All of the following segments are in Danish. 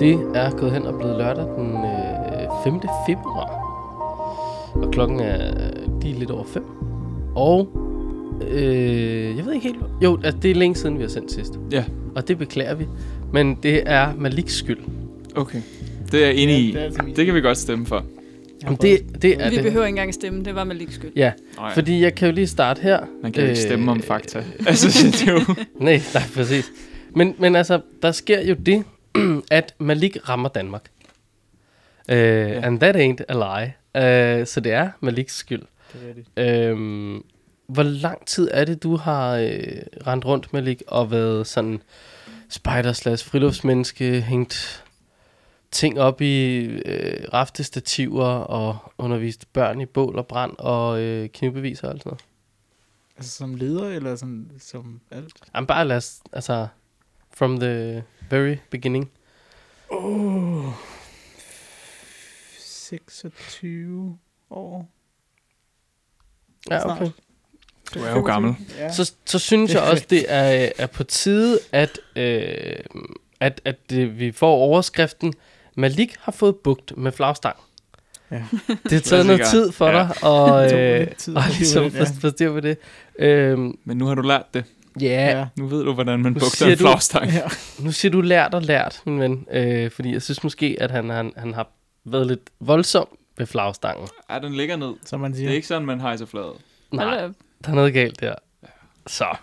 Det er gået hen og blevet lørdag den øh, 5. februar. Og klokken er de er lidt over 5. Og øh, jeg ved ikke helt... Jo, altså, det er længe siden, vi har sendt sidst. Ja. Og det beklager vi. Men det er Maliks skyld. Okay. Det er jeg enig Ja, i. det er altså min Det kan vi godt stemme for. Jamen, det, det er Vi det. behøver ikke engang stemme, det var med skyld. Ja, Nej, fordi jeg kan jo lige starte her. man kan jo ikke Øh, stemme om fakta. Altså, det er jo... Nej, nej, præcis. Men, men altså, der sker jo det, at Malik rammer Danmark. Uh, And that ain't a lie. Uh, så det er Maliks skyld. Det er rigtigt. Uh, hvor lang tid er det, du har uh, rendt rundt, Malik, og været sådan spider slash friluftsmenneske, hængt ting op i øh, raftestativer og undervist børn i bål og brand og øh, knivbeviser og alt sådan noget. Altså som leder, eller sådan, som alt? Jamen bare lad os, altså, from the very beginning. 26 år. Ja, Snart. okay. Du er jo gammel. Ja. Så, Så, så synes jeg også, det er, øh, er på tide, at, øh, at, at øh, vi får overskriften, Malik har fået bugt med flagstang. Ja. Det har taget noget Klassiker. tid for Ja. dig, og, Det tog øh, lidt tid og at forstå ligesom det, ja. for- forstå på det. Øhm, Men nu har du lært det. ja, ja. Nu ved du, hvordan man Nu bugter siger en du- flagstang. ja. nu siger du lært og lært, min ven. Øh, fordi jeg synes måske, at han, han, han har været lidt voldsom ved flagstangen. Ja, den ligger ned. Som man Det siger. er ikke sådan, man hejser flaget. Nej, Der er noget galt der. Så.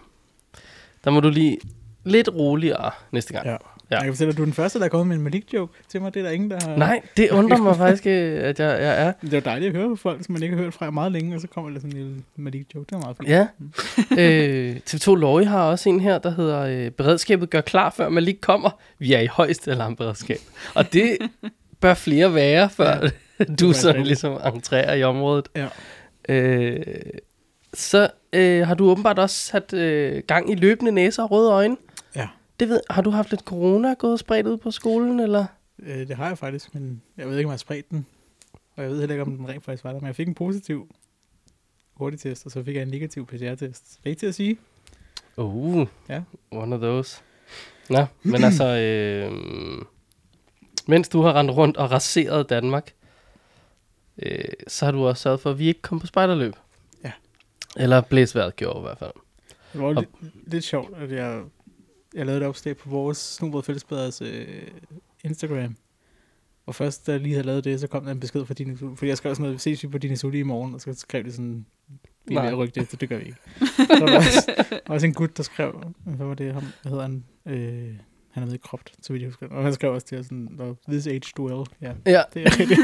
Der må du lige lidt roligere næste gang. Ja. Ja. Jeg kan fortælle, at du er den første, der er kommet med en Malik-joke til mig. Det er der ingen, der har... Nej, det undrer mig faktisk, øh, at jeg, jeg er. Det er jo dejligt at høre på folk, som man ikke har hørt fra i meget længe, og så kommer der sådan en lille Malik-joke. Det er meget fint. Ja. øh, TV2 Lorge har også en her, der hedder øh, Beredskabet gør klar, før man lige kommer. Vi er i højst alarmberedskab. Og det bør flere være, før ja, du er sådan rigtigt. ligesom entrerer i området. Ja. Øh, så øh, har du åbenbart også sat øh, gang i løbende næser og røde øjne. Ja. Det ved, har du haft lidt corona gået spredt ud på skolen, eller? Øh, det har jeg faktisk, men jeg ved ikke, om jeg har spredt den. Og jeg ved heller ikke, om den rent faktisk var der. Men jeg fik en positiv hurtigtest, og så fik jeg en negativ PCR-test. Det er ikke til at sige. Uh, Ja. one of those. Nå, men altså, øh, mens du har rendt rundt og raseret Danmark, øh, så har du også sørget for, at vi ikke kom på spejderløb. Ja. Eller blæsværet gjorde i hvert fald. Det var jo Og- lidt, lidt sjovt, at jeg, jeg lavede et opslag på vores Snobrød Fællesbaders øh, Instagram. Og først, da jeg lige havde lavet det, så kom der en besked fra Dine Fordi jeg skrev sådan noget, ses vi på Dine Suli i morgen? Og så skrev de sådan, vi er ved Nej. at rykke det, så det gør vi ikke. så var der også, også en gut, der skrev, hvad var det, ham, hvad hedder han? Øh, han er med i kropt, så vidt jeg husker. Og han skrev også til os sådan, "Nå, this age duel. Ja, Ja, det er rigtigt.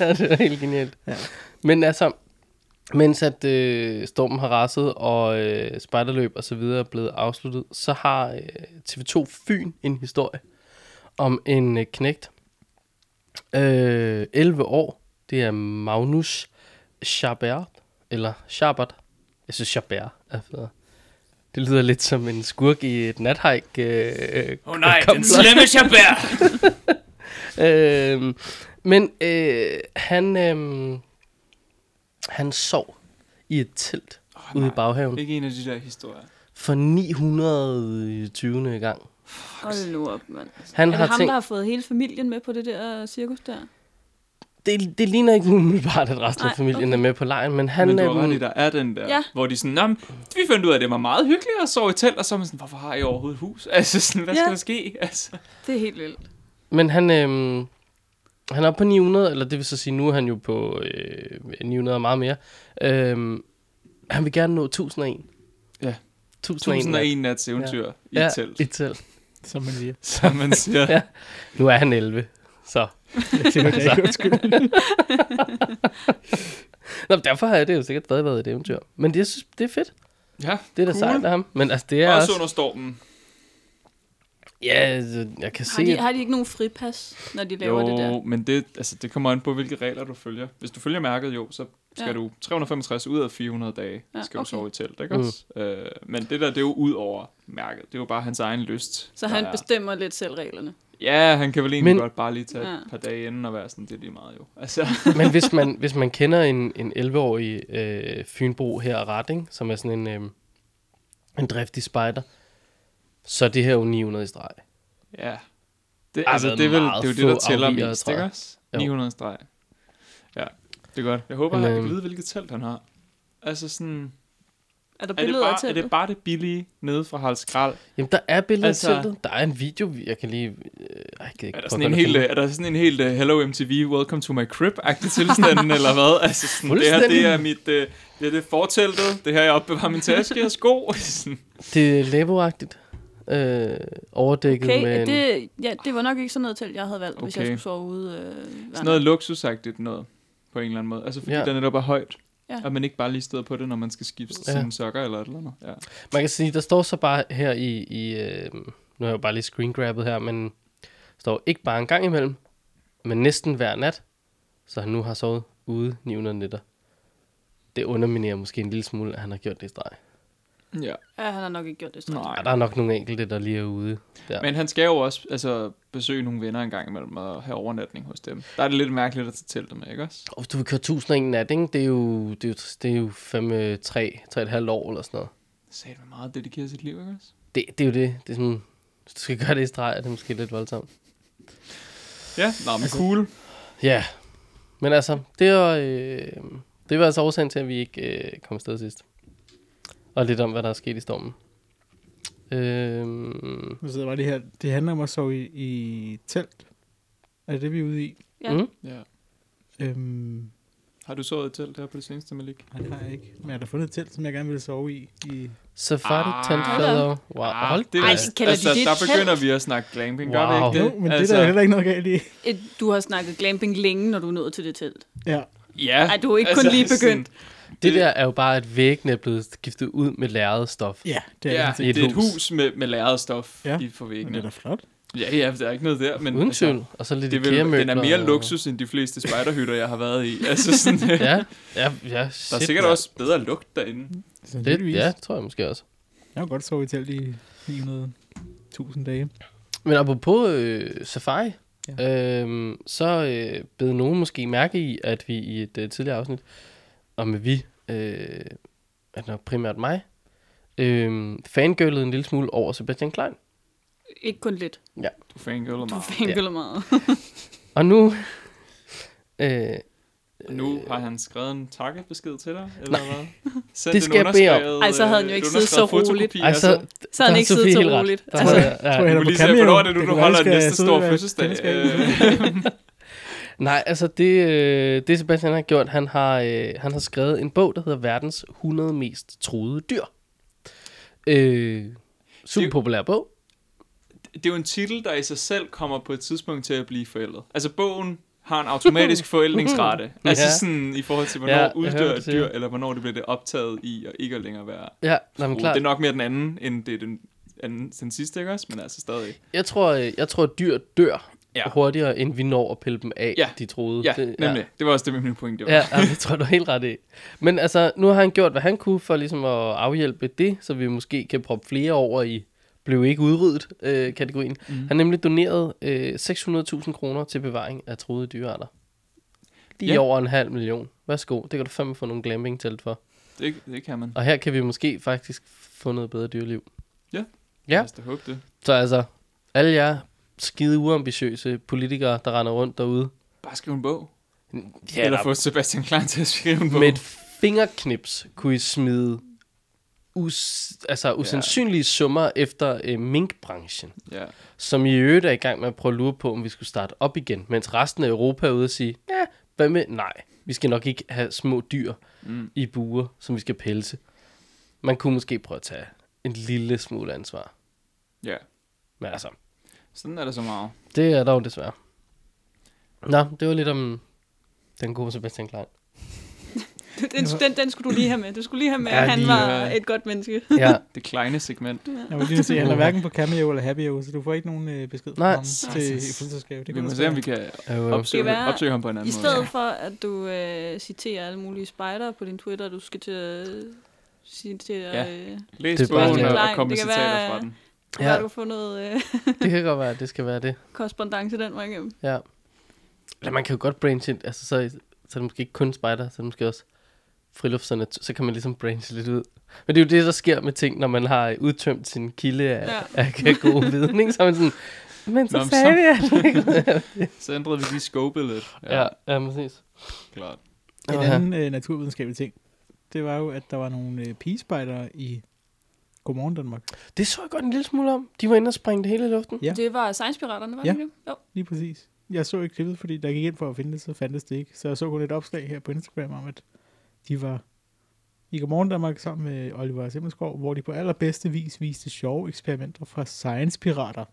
Ja, det er helt genialt. Ja. Men altså, mens at øh, stormen har raset, og øh, spejderløb og så videre er blevet afsluttet, så har øh, TV2 Fyn en historie om en øh, knægt. Øh, 11 år. Det er Magnus Chabert. Eller Chabert. Jeg synes Chabert er federe. Det lyder lidt som en skurk i et nathajk. Øh, øh, Åh oh, nej, Kom, den blot. slemme chabert! Øh, men øh, han, øh, han sov i et telt Oh, oh, ude i baghaven Ikke en af de der historier. for 920. gang. Hold nu op, mand. Han er det har ham, tænkt, der har fået hele familien med på det der cirkus der? det, det ligner ikke umiddelbart, at resten af Nej, familien okay. er med på lejen, men han... Han, men du har øhm, ret i, der er den der, ja. Ja. hvor de sådan, Nå, men, vi fandt ud af, at det var meget hyggeligt at sove i telt, og så er man sådan, hvorfor har I overhovedet hus? Altså sådan, hvad ja. skal Ja. der ske? Altså. Det er helt vildt. Men han, øh, han er oppe på 900, eller det vil så sige, nu er han jo på øh, 900 og meget mere. Øh, han vil gerne nå 1001. Ja. 1001. 1001 nats eventyr ja. i ja, et telt, i et telt. Som man siger. som man siger. Ja. Nu er han 11, så... Det hørte Altså. jeg ikke, undskyld. Nå, men derfor har jeg det jo sikkert stadig været et eventyr. Men det, jeg synes, det er fedt. ja. Det er da Cool. sejt af ham. Men altså, det er Ja, også... også under stormen. Ja, altså, jeg kan se... Har de, at- har de ikke nogen fripas, når de laver jo, det der? men det, altså, det kommer an på, hvilke regler du følger. Hvis du følger mærket, jo, så skal ja. Ja. du 365 ud af 400 dage, ja, Ja, skal okay. du okay. sove i telt, ikke også? Mm. Øh, men det der, det er jo ud over mærket. Det er jo bare hans egen lyst. Så der han er. bestemmer lidt selv reglerne. Ja, han kan vel egentlig Men- men... godt bare lige tage ja. Ja. et par dage inden og være sådan, det er lige meget jo. Altså, Men hvis man, hvis man kender en, en 11-årig øh, Fynbo her ret, ikke? som er sådan en, øh, en driftig spejder, så er det her jo 900 i streg. ja. Det, har altså, været det er vel det, meget er jo det få der tæller afvigere, mest, tror ikke jeg. også? Jo. 900 streg. Ja, det er godt. Jeg håber, Men, han kan øhm, vide, hvilket telt han har. Altså sådan, er Er der det, billeder af bare, er det teltet? bare det billige nede fra Hals Kral? Jamen, der er billeder altså, Altså- af teltet. Der er en video, vi- jeg kan lige... Øh, ej, jeg gider ikke Er der, prøve sådan en at helt, finde øh, er der sådan en helt uh, Hello MTV, Welcome to my crib-agtig tilstand, eller hvad? Altså sådan, det her det er mit, uh, det er det er forteltet, det er her jeg opbevarer min taske og sko. Sådan. den. Det er laboagtigt. Øh, overdækket Okay, med er en- det, ja, det var nok ikke sådan noget telt, jeg havde valgt, okay. hvis jeg Okay. skulle sove ude. Øh, Sådan noget luksusagtigt noget, på en eller anden måde. Altså fordi Ja. ja. den netop er højt. Ja. Ja. Og man ikke bare lige steder på det, når man skal skifte Ja. ja. sine sokker eller et eller andet. Ja. Man kan sige, der står så bare her i... i øh, nu har jeg jo bare lige screengrabbet her, men der står ikke bare en gang imellem, men næsten hver nat, så han nu har sovet ude 900 nætter. Det underminerer måske en lille smule, at han har gjort det i streg. ja. Ja, han har nok ikke gjort det. Nej. Ej, der er nok nogle enkelte, der lige er ude. Der. Men han skal jo også altså, besøge nogle venner en gang imellem og have overnatning hos dem. Der er det lidt mærkeligt at tage teltet med, ikke også? Og hvis du vil køre 1000 og en nat, ikke? Det er jo, det er jo, det er jo fem, øh, tre, tre og et halvt år eller sådan noget. Sagde man meget dedikeret sit liv, ikke også? Det, det er jo det. Det er sådan, hvis du skal gøre det i streg, er det måske lidt voldsomt. Ja, nå, men altså, cool. Ja, men altså, det var, øh, det var altså årsagen til, at vi ikke øh, kom afsted sidst. Og lidt om, hvad der er sket i stormen. Øh, Nu sidder jeg bare lige her. Det handler om at sove i, i telt. Er det det, vi er ude i? Ja. Mm. Ja. Øhm, Har du sovet i telt her på det seneste, Malik? nej, det har jeg ikke. Men jeg har da fundet et telt, som jeg gerne ville sove i. i Safari Ah. tent feather. Wow, Ah, hold det, da. Ej, kalder de altså, det et der telt? begynder vi at snakke glamping, gør Wow. vi ikke jo, det? men altså, det altså, der er der heller ikke noget galt i. Et, du har snakket glamping længe, når du er nået til det telt. Ja, Ja. Altså, Ej, du er ikke kun lige begyndt. Sådan, Det der er jo bare, at væggene er blevet skiftet ud med lærret stof. ja det er ja, det. I et det er et hus. hus med, med lærret stof Ja. ja. i Men det er forvæggene. da flot. Ja, ja, der er ikke noget der, men... Uden altså, tvivl. Og så lidt Det er vel, den IKEA-møbler er mere og- luksus end de fleste spejderhytter, jeg har været i. Altså sådan, der Ja, ja, ja shit, er sikkert mand. også bedre lugt derinde. Det, Sandsynligvis. ja, tror jeg måske også. Altså, Jeg har godt sovet i telt i 900.000 dage. Men apropos øh, safari, Ja. øhm, så øh, bed nogen måske mærke i, at vi i et øh, tidligere afsnit, og med vi, øh, er det nok primært mig, øh, fangirlede en lille smule over Sebastian Klein. Ikke kun lidt. Du fangirler Du meget. fangøller meget. Og nu... Øh, Nu har han skrevet en takkebesked til dig, eller hvad? Send Det skal jeg bede om. Ej, øh, så havde han jo ikke siddet så roligt. ej, så, Altså, Så der har han har ikke siddet Sofie så helt ret. roligt. Der Altså, tror jeg- ja. tror jeg Du Eller må på lige se, Cameo. hvornår er det nu, Det du kan holder være, jeg næste skal sidde store og- fødselsdag. det skal jeg Øh, Nej, altså det, øh, det Sebastian har gjort, han har, øh, han har skrevet en bog, der hedder Verdens 100 mest truede dyr. Øh, super Det- populær bog. Det er jo en titel, der i sig selv kommer på et tidspunkt til at blive forældet. Altså, bogen har en automatisk forældningsrate. Altså Ja. sådan i forhold til, Ja, hvornår jeg ja, hører, uddør hvad et du dyr, siger. eller hvornår det bliver det optaget i, og ikke at længere være. Ja, nej, men Klar. klart. Det er nok mere den anden, end det er den, anden, den sidste, ikke også? Men altså stadig. Jeg tror, øh, jeg tror at dyr dør ja. Ja. hurtigere, end vi når at pille dem af, ja. Ja. de troede. Ja, det, nemlig. Ja. Det var også det, min pointe var. Ja, ja, det tror jeg, du er helt ret i. Men altså, nu har han gjort, hvad han kunne for ligesom at afhjælpe det, så vi måske kan proppe flere over i blev ikke udryddet øh, kategorien. Mhm. Mm. Han har nemlig doneret øh, 600.000 kroner til bevaring af troede dyrearter. Lige Ja. over en halv million. Værsgo, det kan du fandme få nogle glamping telt for. Det, det kan man. Og her kan vi måske faktisk få noget bedre dyreliv. Ja. Ja. Lad os da håbe det. Så altså, alle jer skide uambitiøse politikere, der render rundt derude, Bare skriv en bog. Ja, Ja, der- Eller få Sebastian Klein til at skrive en bog. med et fingerknips kunne I smide us, altså usandsynlige summer efter øh, minkbranchen, Ja. som i øvrigt er i gang med at prøve at lure på, om vi skulle starte op igen, mens resten af Europa er ude og sige, ja, hvad med, nej, vi skal nok ikke have små dyr mm. Mm. i buer, som vi skal pelse. Man kunne måske prøve at tage en lille smule ansvar. ja, Men altså, sådan er det så meget. det er dog desværre. Nå, det var lidt om den gode Sebastian Klein. den, den, den skulle du lige have med. Du skulle lige have med, Ja, at han lige, var ja. et godt menneske. Ja, Det kleine segment. Jeg vil lige se, han er hverken på Cameo eller Happy så du får ikke nogen øh, besked Nej. fra ham til Jesus. fødselsdagsgave. Det Vi må også se, om vi være. kan øh, opsøge, Det kan være- opsøge ham på en anden I måde. stedet for, at du øh, citerer alle mulige spejdere på din Twitter, du skal til at øh, citere... Ja. Øh, Læs Det er bare bogen lidt- og Klein, kom med det kan citater være- fra den. Ja. ja. Har du fået noget øh, det kan godt være, at det skal være det. korrespondence den vej igennem? Ja. Eller man kan jo godt branche ind, altså så, så er det måske ikke kun spider, så er det måske også frilufts- og natur, så kan man ligesom branche lidt ud. Men det er jo det, der sker med ting, når man har øh, udtømt sin kilde af, ja. Ja. af, af god viden, ikke? Så er man sådan, men Nå, så men sagde vi, at... Så ændrede vi lige scopet lidt. Ja, ja, præcis. klart. En Åh, ja. anden øh, naturvidenskabelig ting, det var jo, at der var nogle øh, pigespejdere i Godmorgen Danmark. Det så jeg godt en lille smule om. De var inde og springe det hele i luften. Ja. Ja. Det var Science-piraterne, var Ja. det ikke det? Jo. Lige præcis. Jeg så ikke klippet, fordi der gik ind for at finde det, så fandtes det ikke. Så jeg så kun et opslag her på Instagram om, at de var i Godmorgen Danmark sammen med Oliver Simmelskov, hvor de på allerbedste vis viste sjove eksperimenter fra science-pirater.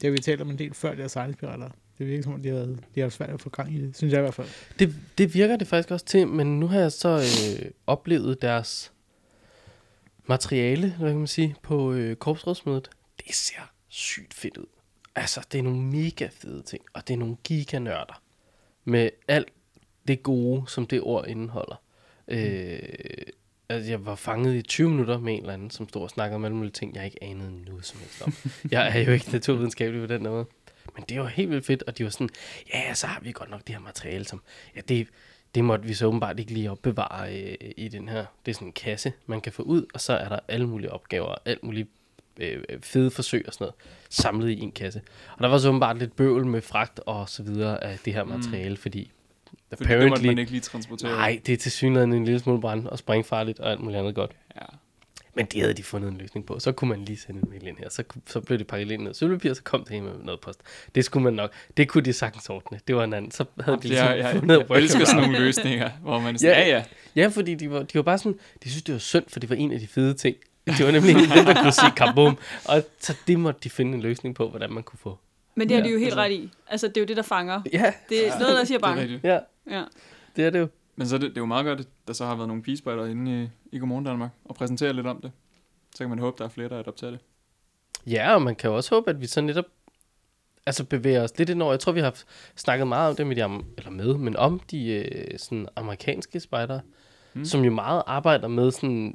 Det har vi talt om en del før, det er science-pirater. Det virker som om, de har, været, de har haft svært at få gang i det, synes jeg i hvert fald. Det, det virker det faktisk også til, men nu har jeg så øh, oplevet deres materiale, hvad kan man sige, på øh, korpsrådsmødet. Det ser sygt fedt ud. Altså, det er nogle mega fede ting, og det er nogle giganørder. Med alt det gode, som det ord indeholder. Øh, altså, jeg var fanget i 20 minutter med en eller anden, som stod og snakkede om alle mulige ting, jeg ikke anede noget som helst om. jeg er jo ikke naturvidenskabelig på den der måde. Men det var helt vildt fedt, og de var sådan, ja, så har vi godt nok det her materiale, som, ja, det, det måtte vi så åbenbart ikke lige opbevare øh, i den her, det er sådan en kasse, man kan få ud, og så er der alle mulige opgaver, alt muligt øh, fede forsøg og sådan noget, samlet i en kasse. Og der var så åbenbart lidt bøvl med fragt og så videre af det her materiale, mm. fordi, Fordi det måtte man ikke lige transportere. Nej, det er til synligheden en lille smule brand og sprængfarligt og alt muligt andet godt. Ja. Men det havde de fundet en løsning på. Så kunne man lige sende en mail ind her. Så, kunne- så blev det pakket ind i noget sølvpapir, og så kom det hjem med noget post. Det skulle man nok. Det kunne de sagtens ordne. Det var en anden. Så havde de Det er, ligesom jeg, fundet jeg, jeg elsker workaround. sådan nogle løsninger, hvor man er Ja. sådan, ja, ja, Ja, fordi de var, de var bare sådan, de synes, det var synd, for det var en af de fede ting. Det var nemlig en af dem, der kunne sige kabum. Og så det måtte de finde en løsning på, hvordan man kunne få. Men det har de jo Ja, helt altså. ret i. Altså, det er jo det, der fanger. Ja, Det er noget, der siger det er bange. rigtigt. ja, Ja. det er det jo. Men så er det, det er jo meget godt, at der så har været nogle pigespejder inde i, i Godmorgen Danmark og præsenterer lidt om det. Så kan man håbe, der er flere, der adopterer det. Ja, og man kan jo også håbe, at vi så netop altså bevæger os lidt ind over. Jeg tror, vi har haft- snakket meget om det med, de, am- eller med, men om de øh, sådan amerikanske spejdere, mm. som jo meget arbejder med sådan,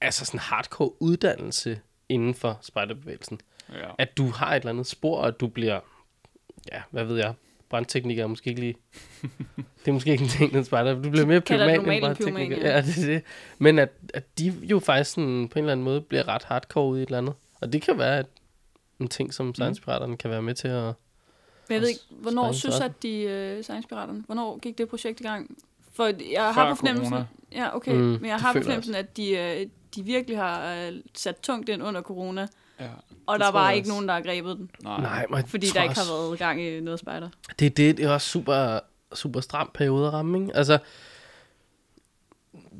altså sådan hardcore uddannelse inden for spejderbevægelsen. Ja. At du har et eller andet spor, og at du bliver, ja, hvad ved jeg, brandtekniker er måske ikke lige, det er måske ikke en ting, den spejder, du bliver mere Kalder pyroman det end normalt en brandtekniker. pyroman, ja. ja. ja, det er det. Men at, at de jo faktisk sådan, på en eller anden måde bliver ret hardcore ude i et eller andet. Og det kan være, at en ting, som science kan være med til at... Men jeg ved ikke, hvornår Sprængfarligt. synes at de uh, science-piraterne, hvornår gik det projekt i gang? For jeg Før har på fornemmelsen... corona. Ja, okay. Mm, Mm, men jeg det har på føler jeg fornemmelsen, at de, øh, de virkelig har øh, sat tungt ind under corona, ja. og Det der tror var jeg ikke også. nogen, der har grebet den, Nej. men jeg fordi tror der ikke også- har været gang i noget spejder. Det er det, det er også super, super stram periode at ramme, ikke? Altså,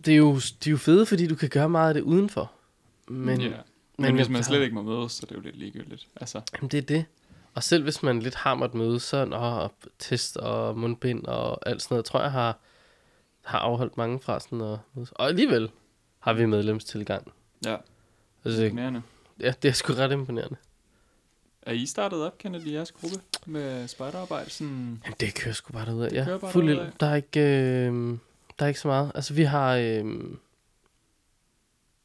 det er, jo, det er jo fede, fordi du kan gøre meget af det udenfor. Men, Men, ja. yeah. men, men hvis jeg- man slet ikke må mødes, så er det jo lidt ligegyldigt. Altså, Jamen, det er det. Og selv hvis man lidt har måttet møde, så nå, test og mundbind og alt sådan noget, tror jeg har, har afholdt mange fra sådan at mødes. Og alligevel har vi medlemstilgang. ja, Altså, det, imponerende. ja, det er sgu ret imponerende. Er I startet op, kender de jeres gruppe med spejderarbejde? Sådan, Jamen, det kører sgu bare derudad, ja. kører bare Fuld derudad. ild. Der er ikke, øh, der er ikke så meget. Altså, vi har... Øh,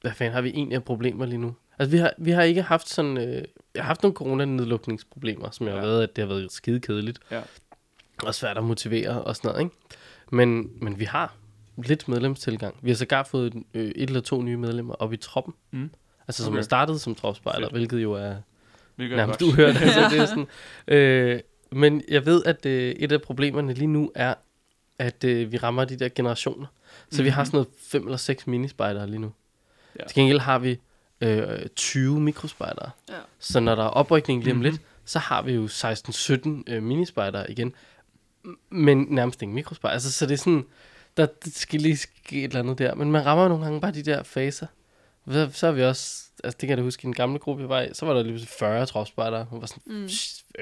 hvad fanden har vi egentlig af problemer lige nu? Altså, vi har, vi har ikke haft sådan... Øh, jeg har haft nogle coronanedlukningsproblemer, som jeg ja. Ja. har været, at det har været skide kedeligt. Ja. Og svært at motivere og sådan noget, ikke? Men, men vi har lidt medlemstilgang. Vi har sågar fået øh, et eller to nye medlemmer op i troppen. Mm. Altså, som Okay. er startet som tropspejler, Fedt. hvilket jo er hvilket er nærmest godt. uhørt. Altså, det er sådan, øh, men jeg ved, at øh, et af problemerne lige nu er, at øh, vi rammer de der generationer. Så mm-hmm. vi har sådan noget fem eller seks minispejdere lige nu. Ja. Ja. Til gengæld har vi øh, 20 mikrospejdere. Ja. Så når der er oprykning lige om mm-hmm. lidt, så har vi jo 16-17 øh, minispejdere igen. M- Men nærmest ingen mikrospejder. Altså, så det er sådan, der det skal lige ske et eller andet der. Men man rammer nogle gange bare de der faser. Så, så er vi også, altså det kan jeg da huske, i den gamle gruppe, jeg var i, så var der lige pludselig 40 tropspejdere. Hun var sådan, mm.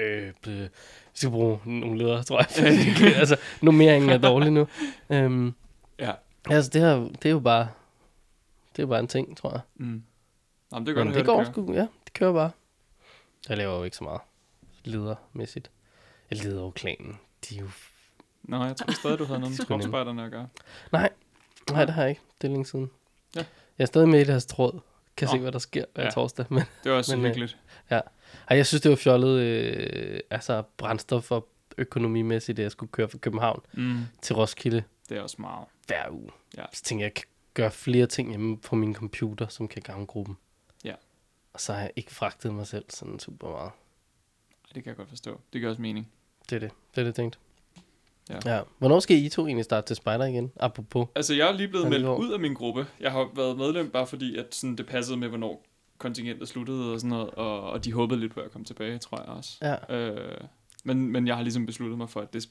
øh, bløh, vi skal bruge nogle ledere, tror jeg. altså, nummeringen er dårlig nu. Øhm, Ja. altså, det, her, det er jo bare, det er jo bare en ting, tror jeg. Mm. Jamen, det er godt, Men at høre, det går kører. sgu, ja, det kører bare. Jeg laver jo ikke så meget ledermæssigt. Jeg leder jo klanen. De er jo... Nå, jeg tror stadig, du havde noget med Sgu nemt. tropspejderne at gøre. Nej, nej, det har jeg ikke. Det er længe siden. Ja. Jeg er stadig med i deres tråd. Kan Nå. se, hvad der sker hver Ja. ja. torsdag. Men Det var også Men, øh, hyggeligt. Ej, jeg synes, det var fjollet, øh, altså brændstof og økonomimæssigt, at jeg skulle køre fra København Mm. til Roskilde Det er også meget. hver uge. Ja. Så tænker jeg, jeg kan gøre flere ting hjemme på min computer, som kan gavne gruppen. Ja. Og så har jeg ikke fragtet mig selv sådan super meget. Ej, det kan jeg godt forstå. Det giver også mening. Det er det. Det er det, jeg tænkte. Ja. ja. Hvornår skal I to egentlig starte til spejder igen? Apropos. Altså, jeg er lige blevet Ja, det meldt går. ud af min gruppe. Jeg har været medlem bare fordi, at sådan, det passede med, hvornår kontingentet sluttede og sådan noget. Og, og de håbede lidt på, at jeg kom tilbage, tror jeg også. Ja. Øh, men, men jeg har ligesom besluttet mig for, at det,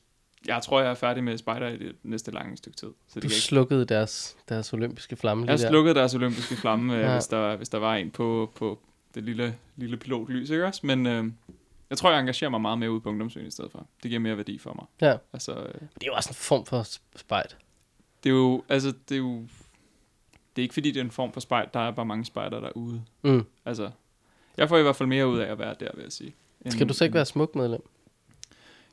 jeg tror, jeg er færdig med spider i det næste lange stykke tid. Så det Du kan ikke. slukkede deres, deres olympiske flamme lige Jeg der. slukkede deres olympiske flamme, Ja. ja. hvis, der, hvis der var en på, på det lille, lille pilotlys, ikke også? Men øh, jeg tror, jeg engagerer mig meget mere ude på ungdomsøen i stedet for. Det giver mere værdi for mig. Ja. Altså, øh, Det er jo også en form for spejt. det er jo, altså, det er jo, det er ikke fordi, det er en form for spejl. Der er bare mange spejder derude. Mm. Altså, jeg får i hvert fald mere ud af at være der, vil jeg sige. end- Skal du så ikke end- være smuk medlem?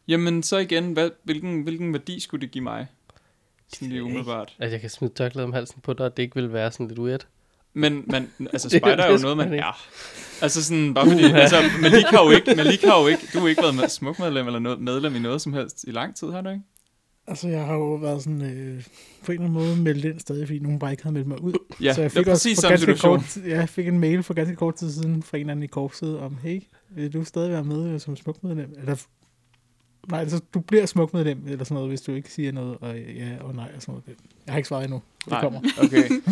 Jamen, så igen, hvad, hvilken, hvilken værdi skulle det give mig? Sådan lige umiddelbart. At jeg kan smide tørklæde om halsen på dig, og det ikke vil være sådan lidt weird. Men man, altså, Det er- spejder er jo det er noget, man spændende. er. Altså sådan, bare fordi, altså, Malik har jo ikke, Malik har jo ikke, du har ikke været med, smukmedlem eller noget, medlem i noget som helst i lang tid, har du ikke? Altså, jeg har jo været sådan, øh, på en eller anden måde meldt ind stadig, fordi nogen bare ikke havde meldt mig ud. Ja, så jeg det fik er præcis for samme ganske situation. Kort, tid- ja, jeg fik en mail for ganske kort tid siden fra en eller anden i korpset om, hey, vil du stadig være med øh, som smukmedlem? Eller, f- nej, altså, du bliver smukmedlem, eller sådan noget, hvis du ikke siger noget, og øh, ja og nej, og sådan noget. Jeg har ikke svaret endnu. Det Nej, kommer. Okay. Som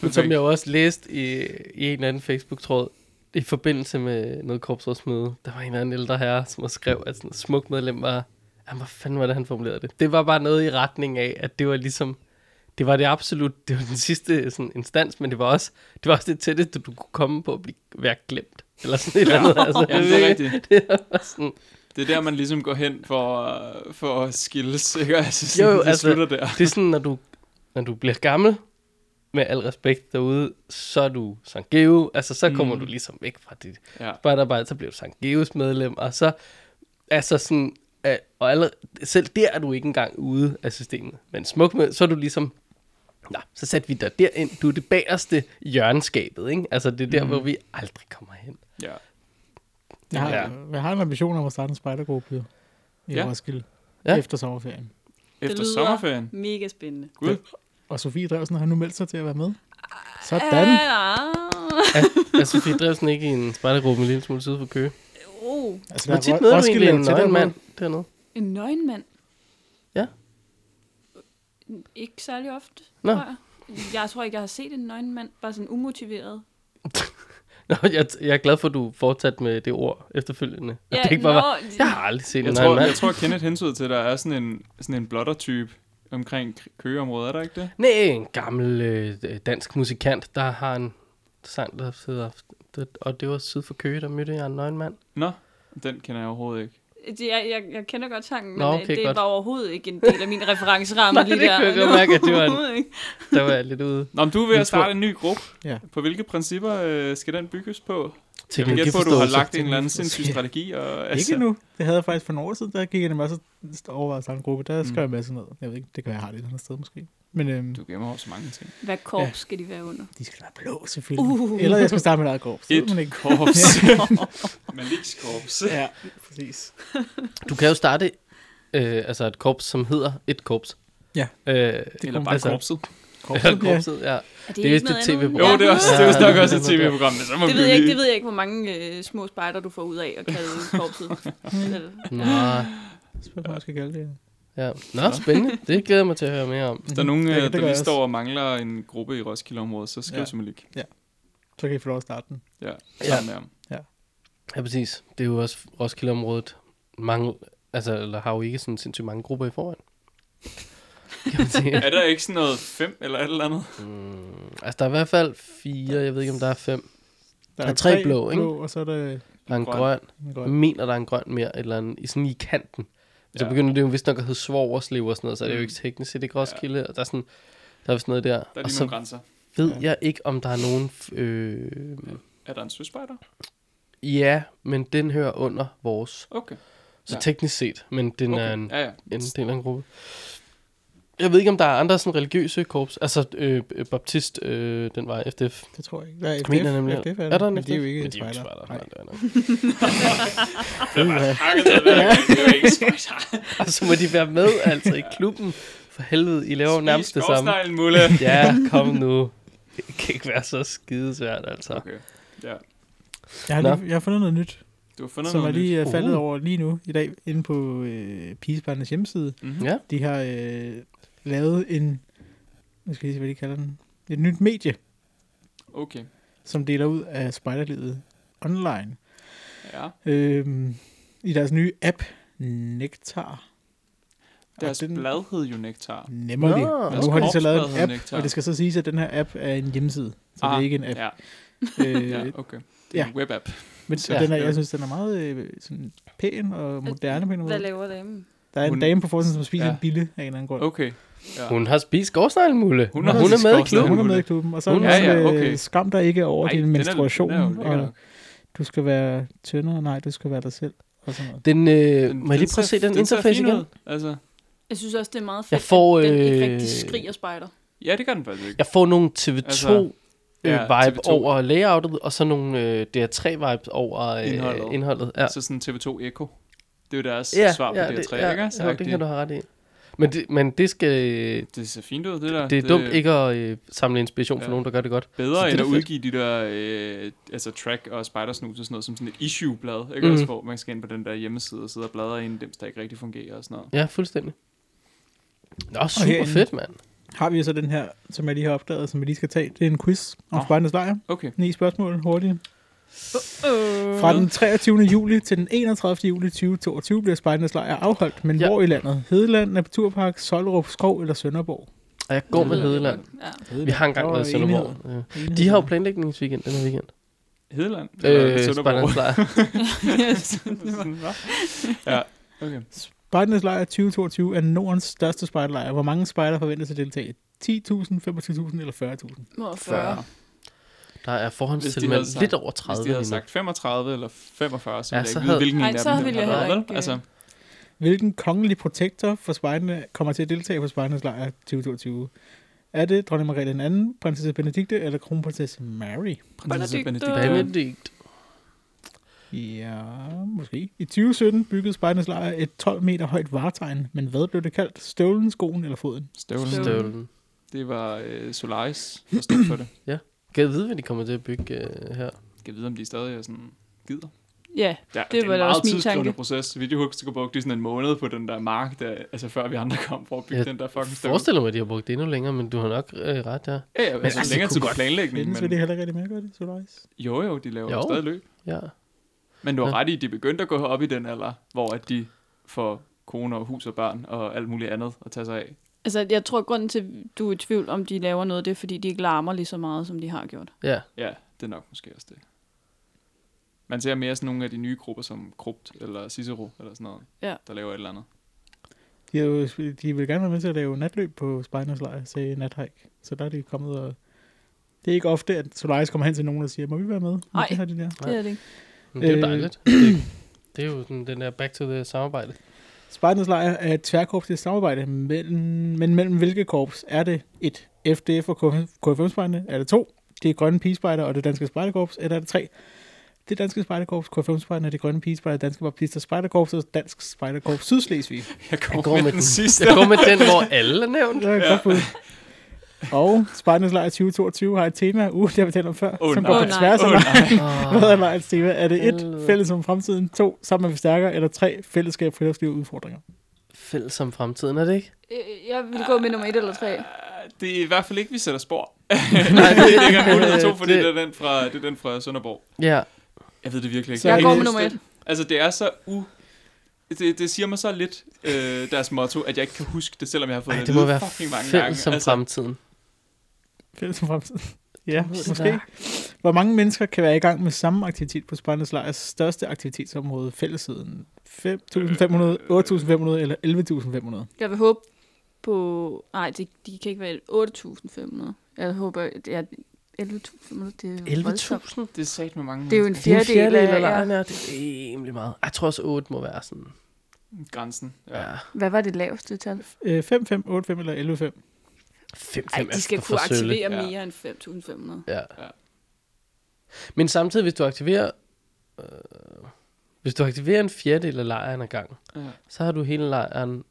Perfekt. jeg jo også læste i, i en eller anden Facebook-tråd, i forbindelse med noget korpsrådsmøde, der var en eller anden ældre herre, som også skrev, at sådan, smuk medlem var... Jamen, hvad fanden var det, han formulerede det? Det var bare noget i retning af, at det var ligesom... Det var det absolut, det var den sidste sådan, instans, men det var også det, var også det tætteste, du kunne komme på at blive, være glemt. Eller sådan et eller andet. Altså, Ja, det er rigtigt. var sådan, Det er der, man ligesom går hen for, for at skilles, ikke? Altså, Jo, sådan, jo, det altså- slutter der. det er sådan, når du, når du bliver gammel, med al respekt derude, så er du Sankt Geo. Altså, så kommer Mm. du ligesom væk fra dit Ja. spejderarbejde, så bliver du Sankt Geos medlem, og så, altså sådan, øh, og allerede, selv der er du ikke engang ude af systemet. Men smuk med, så er du ligesom, nå, så satte vi dig derind, du er det bagerste hjørneskabet, ikke? Altså det er der, mm. hvor vi aldrig kommer hen. ja. Jeg har, Ja. ja. jeg har en ambition om at starte en spejdergruppe jo, i Ja. ja. Roskilde Ja. ja. efter sommerferien. Efter lyder- sommerferien. Mega spændende. Gud. Og Sofie Drevsen har nu meldt sig til at være med. Sådan. Sådan. Er Altså, Sofie Drevsen ikke i en spejdergruppe en lille smule syd for Køge? Oh, Altså, Hvor er tit Ro- møder du Roskilde egentlig er en jo tættere nøgen på. mand dernede? en nøgenmand. Ja. Ikke særlig ofte, Nå. Nå. tror jeg. Jeg tror ikke, jeg har set en nøgenmand, bare sådan umotiveret. Nå, jeg, jeg er glad for, at du fortsat med det ord efterfølgende. At Ja, det ikke bare var, nå, jeg har aldrig set en Jeg nøgen tror, mand. jeg tror, Kenneth hensyder til, at der er sådan en, sådan en blotter-type omkring K- køgeområdet, er der ikke det? Nej, en gammel øh, dansk musikant, der har en sang, der hedder... det- Og det var syd for Køge, der mødte jeg en nøgen mand. Nå, den kender jeg overhovedet ikke. Det- Jeg, jeg, jeg kender godt sangen, men Nå, Nå, okay, okay, det godt. godt. var overhovedet ikke en del af min referenceramme Nej, lige det der. kunne jeg Det godt mærke, at det var en- overhovedet ikke. Der var jeg lidt ude. Nå, men du er ved Min at starte en ny gruppe. Ja. På hvilke principper øh, skal den bygges på? Jeg vil gætte på, at du Teknologiforståelse. har lagt en eller anden sindssyg Ja. strategi. Og, Altså. Ikke nu. Det havde jeg faktisk for nogle år siden, der gik jeg nemlig også og overvejede sådan en gruppe. Der skrev jeg en masse ned. Jeg ved ikke, det kan være, jeg har det et eller andet sted måske. Men øhm, Mm. Du gemmer over så mange ting. Hvad korps ja. skal de være under? de skal være blå, selvfølgelig. Uh. Eller jeg skal starte med et eget gruppe. Så ved man Et ikke. korps. Maliks korps. Ja, præcis. Du kan jo starte øh, altså et korps, som hedder et korps. Ja. Øh, det Eller bare korpset. Korpset, Korpset, ja. ja. korpset, ja. Er Det er vist ikke et noget andet? TV-program. Jo, det er også, det er vist nok Ja. også et tv-program, men så må Det vi ved, jeg ikke, lige... det ved jeg ikke, hvor mange øh, små spejder, du får ud af at kalde korpset. Eller- Nå, Spørg mig, hvad jeg skal kalde det. ja. Nå, spændende. Det glæder jeg mig til at høre mere om. Hvis der er nogen, Ja, øh, det der gør lige Mhm. jeg også. står og mangler en gruppe i Roskilde-området, så skriv Ja. til Malik. Så kan I få lov at starte den. Ja, Ja. sammen med ham. Ja, præcis. Det er jo også Roskilde-området. Mange, altså, eller har jo ikke sådan sindssygt mange grupper i forvejen. Kan man sige. Er der ikke sådan noget fem eller et eller andet? Mm, altså, der er i hvert fald fire. Jeg ved ikke, om der er fem. Der Der er tre blå, ikke? blå, og så er der Der er en Grøn. grøn. en Jeg Mm. grøn. mener, der er en grøn mere, et eller andet, i sådan i kanten. Så Ja. begynder det jo vist nok at hedde Svogerslev og sådan noget, så er det jo Mm. ikke teknisk set ikke Roskilde, og der er sådan, der er vist noget der. Der er og lige nogle så grænser. ved Ja. jeg ikke, om der er nogen, f- øh, Er der en søspejder? ja, men den hører under vores. Okay. Så Ja. teknisk set, men den okay. er okay. en, øh, Ja, ja. en del af en gruppe. Jeg ved ikke, om der er andre sådan religiøse korps, altså øh, øh, baptist, øh, den var FDF. Det tror jeg ikke. Der er FDF, Jeg mener nemlig, FDF er der en men det er jo FDF? ikke Men de er jo ikke spejder. spejder, nej, Nej. nej, nej. Det var hakket, det var- det var ikke spejder. Og så må de være med altså i klubben for helvede, I laver jo nærmest det samme. skovsneglen, Mulle. Ja, kom nu. Det kan ikke være så skidesvært, altså. Okay. Okay. Ja, Jeg har, Nå. lige, jeg har fundet noget nyt, du har fundet som er noget lige nyt. er faldet Uh. over lige nu i dag inde på øh, Pigespartners hjemmeside. Mhm. Ja. De har øh, lavet en, nu skal jeg lige se, hvad de kalder den, et nyt medie, Okay. som deler ud af spejderlivet online. Ja. Øhm, I deres nye app, Nektar. Deres Og den- blad hed jo Nektar. Nemmerlig. Nå, og deres nu har de så lavet korpsblad en hedder app, Nektar. og det skal så siges, at den her app er en hjemmeside. Så det Ah, er ikke en app. Ja, Øh, ja okay. Det er en webapp. Men Ja. ja, den er, jeg synes, den er meget øh, sådan, pæn og moderne på en eller Hvad anden måde. laver damen? Der er Hun- en dame på forsiden, som spiser Ja. en bille af en eller anden grund. Okay. Ja. Hun har spist skovsneglen, Mulle. Hun, har hun er spist med i skovsneglen. klubben. Hun er med i Mulle. klubben, og så Hun- hun, Ja, ja, ja, okay. okay. skam dig ikke over Ej, din den er- menstruation, den er jo lækker og Øh, nok. du skal være tyndere, nej, du skal være dig selv, og sådan noget. Den, øh, Den- må jeg lige prøve at se ser- den, den ser interface fin igen? ud, Altså, Jeg synes også, det er meget fedt, Jeg får, at den ikke øh, rigtig skriger spider. ja, det gør den faktisk ikke. Jeg får nogle TV2 Altså, altså, øh, ja, vibe TV2. over layoutet, og så nogle øh, DR3 vibes over øh, Indholdet. indholdet. indholdet. Ja. Så sådan TV2 Echo. Det er jo deres ja, svar på ja, DR3, det, ikke? Altså, Ja, jo, det kan du have ret i. Men det, men det skal... Det ser fint ud, det der. Det er dumt ikke at øh, samle inspiration ja. Ja. for nogen, der gør det godt. Så Bedre det end er at fedt. udgive de der øh, altså track og spidersnus og sådan noget, som sådan et issue-blad, ikke? Mhm. Også, hvor man skal ind på den der hjemmeside og sidde og bladre i en dem, der ikke rigtig fungerer og sådan noget. Ja, fuldstændig. Nå, super herinde. fedt, mand. Har vi jo så den her, som jeg lige har opdaget, som vi lige skal tage, det er en quiz om Nå. oh. Spejdernes Lejr. Okay. Ni spørgsmål hurtigt. Øh, Fra den 23. juli til den 31. juli 2022 bliver Spejdernes Lejr afholdt, men Ja. ja. hvor i landet? Hedeland, Naturpark, Solrup, Skov eller Sønderborg? Og jeg går med Hedeland. Ja. Vi har engang Der været i var Sønderborg. Ja. De har jo planlægningsweekend den her weekend. Hedeland? Eller Øh, Sønderborg? Spejderens lejr. Yes, det var- ja, okay. Spejdernes Lejr 2022 er Nordens største spejderlejr. Hvor mange spejder forventes at deltage? 10.000, 25.000 eller 40.000? Fyrre. Må 40. Der er havde forhåndstilmænd sagt- lidt over 30 Hvis de havde lige nu. sagt 35 eller 45, så Ja, ville jeg så ikke vide, havde- hvilken Ej, en af så dem det ville jeg havde heller været, ikke, vel? Altså, Hvilken kongelig protektor for spejderne kommer til at deltage på Spejdernes Lejr 2022? Er det dronning Margrethe den anden, prinsesse Benedikte eller kronprinsesse Mary? prinsesse Benedikte. Øh. Benedikt. Benedikt. Ja, måske. I 2017 byggede Spejdernes Lejr et 12 meter højt varetegn, men hvad blev det kaldt? Støvlen, skoen eller foden? Støvlen. Støvlen. Støvlen. Det var øh, Solaris, der stod for det. Kan jeg vide, hvad de kommer til at bygge øh, her? Kan vide, om de stadig er sådan gider. Ja, Ja, Det var da også min tanke. proces. Så vidt jeg husker, så brugte de sådan en måned på den der mark, der, altså før vi andre kom for at bygge Jeg den der fucking Jeg støvle. forestiller mig, at de har brugt det endnu længere, men du har nok øh, ret, ja. Ja, ja, men altså, altså, altså det længere kunne tid på godt planlægningen, Findes men vil det heller ikke rigtig mere godt i Solaris? jo jo, de laver jo. Jo. stadig løb. ja. Men du har Ja. ret i, de begyndte at gå op i den alder, hvor at de får kone og hus og børn og alt muligt andet at tage sig af. altså jeg tror, grunden til, at du er i tvivl, om de laver noget, det er, fordi de ikke larmer lige så meget, som de har gjort. Ja, Ja, det er nok måske også det. Man ser mere sådan nogle af de nye grupper som Krupt eller Cicero eller sådan noget, Ja. der laver et eller andet. De, er jo, de vil gerne være med til at lave natløb på Spejdernes Lejr, sagde Nathike. Så der er de kommet og... Det er ikke ofte, at Solaris kommer hen til nogen og siger, må vi være med? med Nej. Det her, det der. Det er det ikke. men det er jo Øh. dejligt. Det, det er jo den, den der back to the samarbejde. Spejdernes Lejr er et tværkorpsligt samarbejde, mellem, men mellem hvilke korps er det? 1. FDF og KFM Spejderne? Er det 2. Det er Grønne Pigespejder og det Danske Spejderkorps? Eller er det 3. Det danske spejderkorps, KFM Spejderne, det grønne pigespejder, danske baptister, spejderkorps og dansk spejderkorps Sydslesvig. Jeg går, Jeg går med, med den, den. sidste. Jeg går med den, hvor alle er nævnt. Det er et godt bud. Og Spejdernes Lejr 2022 har et tema, uh, det har vi talt om før, Åh, som nej. går Åh, på nej. tværs af Åh, nej. Hvad er lejrens tema? Er det et Helvede. fælles om fremtiden, to sammen er vi stærkere, eller tre fællesskab, friluftsliv og udfordringer? Fælles om fremtiden, er det ikke? Øh, Jeg vil gå med nummer et eller tre. Det er i hvert fald ikke, vi sætter spor. Nej, det er ikke kun eller to, fordi det, Øh, det- det, er den fra, det er den fra Sønderborg. Ja, Jeg ved det virkelig ikke. Så Jeg kan går ikke med huske nummer det. Altså, det er så u... Det, det siger mig så lidt, øh, deres motto, at jeg ikke kan huske det, selvom jeg har fået Ej, at det må vide være fucking mange gange. altså. fælles om fremtiden. Fælles om fremtiden. ja, Hvad ved det måske. der? Hvor mange mennesker kan være i gang med samme aktivitet på Spejdernes Lejrs største aktivitetsområde, fællesiden? 5.500, 8.500 Øh, eller 11.500? Jeg vil håbe på... Nej, de, de kan ikke være 8.500. Jeg håber, at jeg... 11.500, det er jo voldsomt. 11.000? Det er sat med mange Det er jo en fjerdedel af... af Ja. lejren, ja. Det er rimelig meget. Jeg tror også 8 må være sådan. grænsen. Ja. Ja. Hvad var det laveste tal? 5, 5, 8, 5 eller 11.5? 5, 5 Ej, de skal kunne aktivere Ja. mere end 5.500. Ja. Ja. ja. Men samtidig, hvis du aktiverer... Øh, hvis du aktiverer en fjerdedel af lejren ad gangen, Ja. så har du hele lejren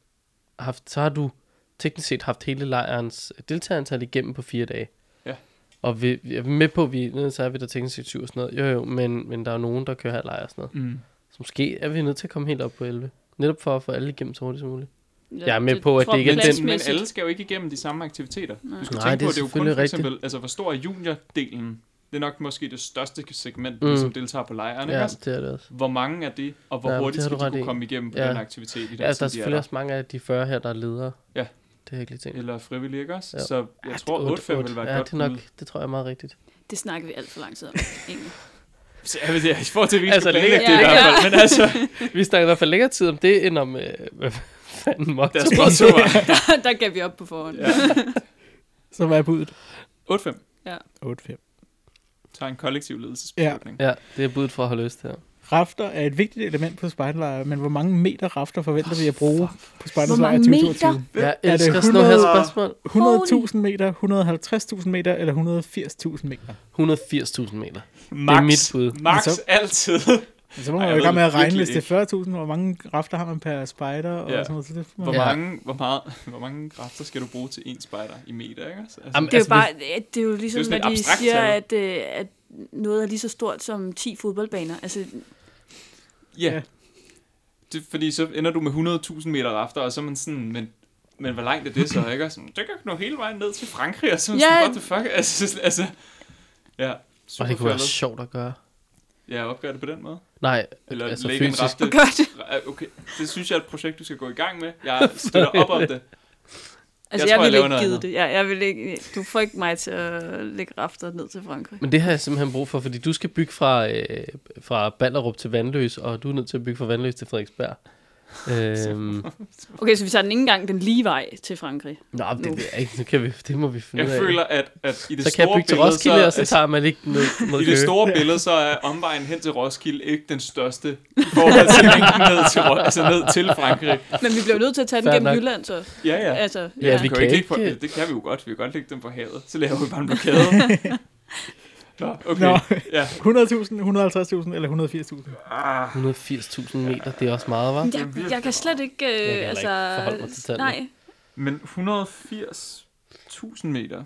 haft... Så har du teknisk set haft hele lejrens deltagerantal igennem på fire dage. Ja. Og vi, vi er med på, at vi nødt til at vi der teknisk set syv og sådan noget. Jo, jo, men, men der er jo nogen, der kører her lejr og sådan noget. Mm. Så måske er vi nødt til at komme helt op på 11. Netop for at få alle igennem så hurtigt som muligt. Ja, Jeg er med på, at tror det ikke er Men, den- jeg den, men pladsmæssigt. alle skal jo ikke igennem de samme aktiviteter. Nej. Du skal Nej, tænke det på, er at det er jo kun selvfølgelig for rigtigt. eksempel, altså hvor stor er juniordelen? Det er nok måske det største segment, Mm. mm. som deltager på lejren, ikke? Ja, også? det er det også. Hvor mange er det, og hvor Ja, ja, men hurtigt det har skal du de ret i. kunne komme igennem på Ja. den aktivitet i den Ja, altså, der er tid, de er selvfølgelig der? også mange af de 40 her, der er ledere. Ja. Det har jeg ikke lige tænkt. Eller frivillige, ikke også? Ja. Ja. Så jeg Ja, tror, det er 8-5 otte. vil være et ja, godt det er nok, bud. det tror jeg er meget rigtigt. Det snakker vi alt for lang tid om, egentlig. Så jeg vil sige, i forhold til, at vi ikke Altså, altså, skal planlægge længere- det i Ja, hvert ja. fald. Men altså, Vi snakker i hvert fald længere tid om det, end om, øh, hvad fanden motto. der er sponsorer. der, der gav vi op på forhånd. Ja. Så var jeg budet 8-5 8-5. tager en kollektiv ledelsesbeslutning. Ja. Ja, det er budet for at have lyst her. Rafter er et vigtigt element på spejderlejre, men hvor mange meter rafter forventer vi at bruge på spejderlejre Hvor mange 2022? meter? Jeg Er det elsker sådan noget her 100? spørgsmål. 100.000 meter, 150.000 meter eller 180.000 meter? 180.000 meter. Max, mit bud. Max Men så- altid. Men så må man Ej, jo jeg i gang ved med at det regne, hvis virkelig det er 40.000, hvor mange rafter har man per spejder og Ja. sådan noget. Så det får man Hvor, Ja. ja. mange, hvor, meget, hvor mange kræfter skal du bruge til en spider i meter, ikke også? Altså, Jamen, Det er jo altså, bare, det er jo ligesom, Det er jo sådan når et de abstrakt siger, tal. at, øh, at noget er lige så stort som 10 fodboldbaner. Altså, ja. Ja. Yeah. Det, fordi så ender du med 100.000 meter rafter, og så er man sådan, men, men hvor langt er det så, ikke? Og sådan, det kan nå hele vejen ned til Frankrig, og så er man Ja. sådan, what the fuck? Altså, altså ja, Og super det kunne være fjollet. sjovt at gøre. Ja, opgør det på den måde. Nej, Eller altså lægge en fysisk. rafte. øh, gør det. Okay, det synes jeg er et projekt, du skal gå i gang med. Jeg støtter op om det. Altså, tror, jeg, jeg jeg ville laver ikke noget give andet. det. Jeg, jeg vil ikke, du får ikke mig til at lægge rafter ned til Frankrig. Men det har jeg simpelthen brug for, fordi du skal bygge fra, øh, fra Ballerup til Vandløs, og du er nødt til at bygge fra Vandløs til Frederiksberg. Øhm, Okay, så vi tager den ikke engang den lige vej til Frankrig. nå, det, det, er ikke, nu kan vi, det må vi finde Jeg ud af. føler, at, at i det så kan jeg store bygge til billede, Roskilde, og så så, tager man ikke ned mod i det Køge. store billede, så er omvejen hen til Roskilde ikke den største i forhold til længden ned til, Ro- altså ned til Frankrig. Men vi bliver jo nødt til at tage den Fair gennem nok. Jylland, så. Ja, ja. Altså, Ja, vi vi kan kan jo ikke ligge på, ikke- det kan vi jo godt. Vi kan godt lægge dem på havet. Så laver vi bare en blokade. Nå, okay. Nå. Ja. 100.000, 150.000 eller 180.000? 180.000 meter, det er også meget, var. Jeg, jeg kan slet ikke... Øh, heller ikke altså, forholde mig til tallene. nej, Men 180.000 meter.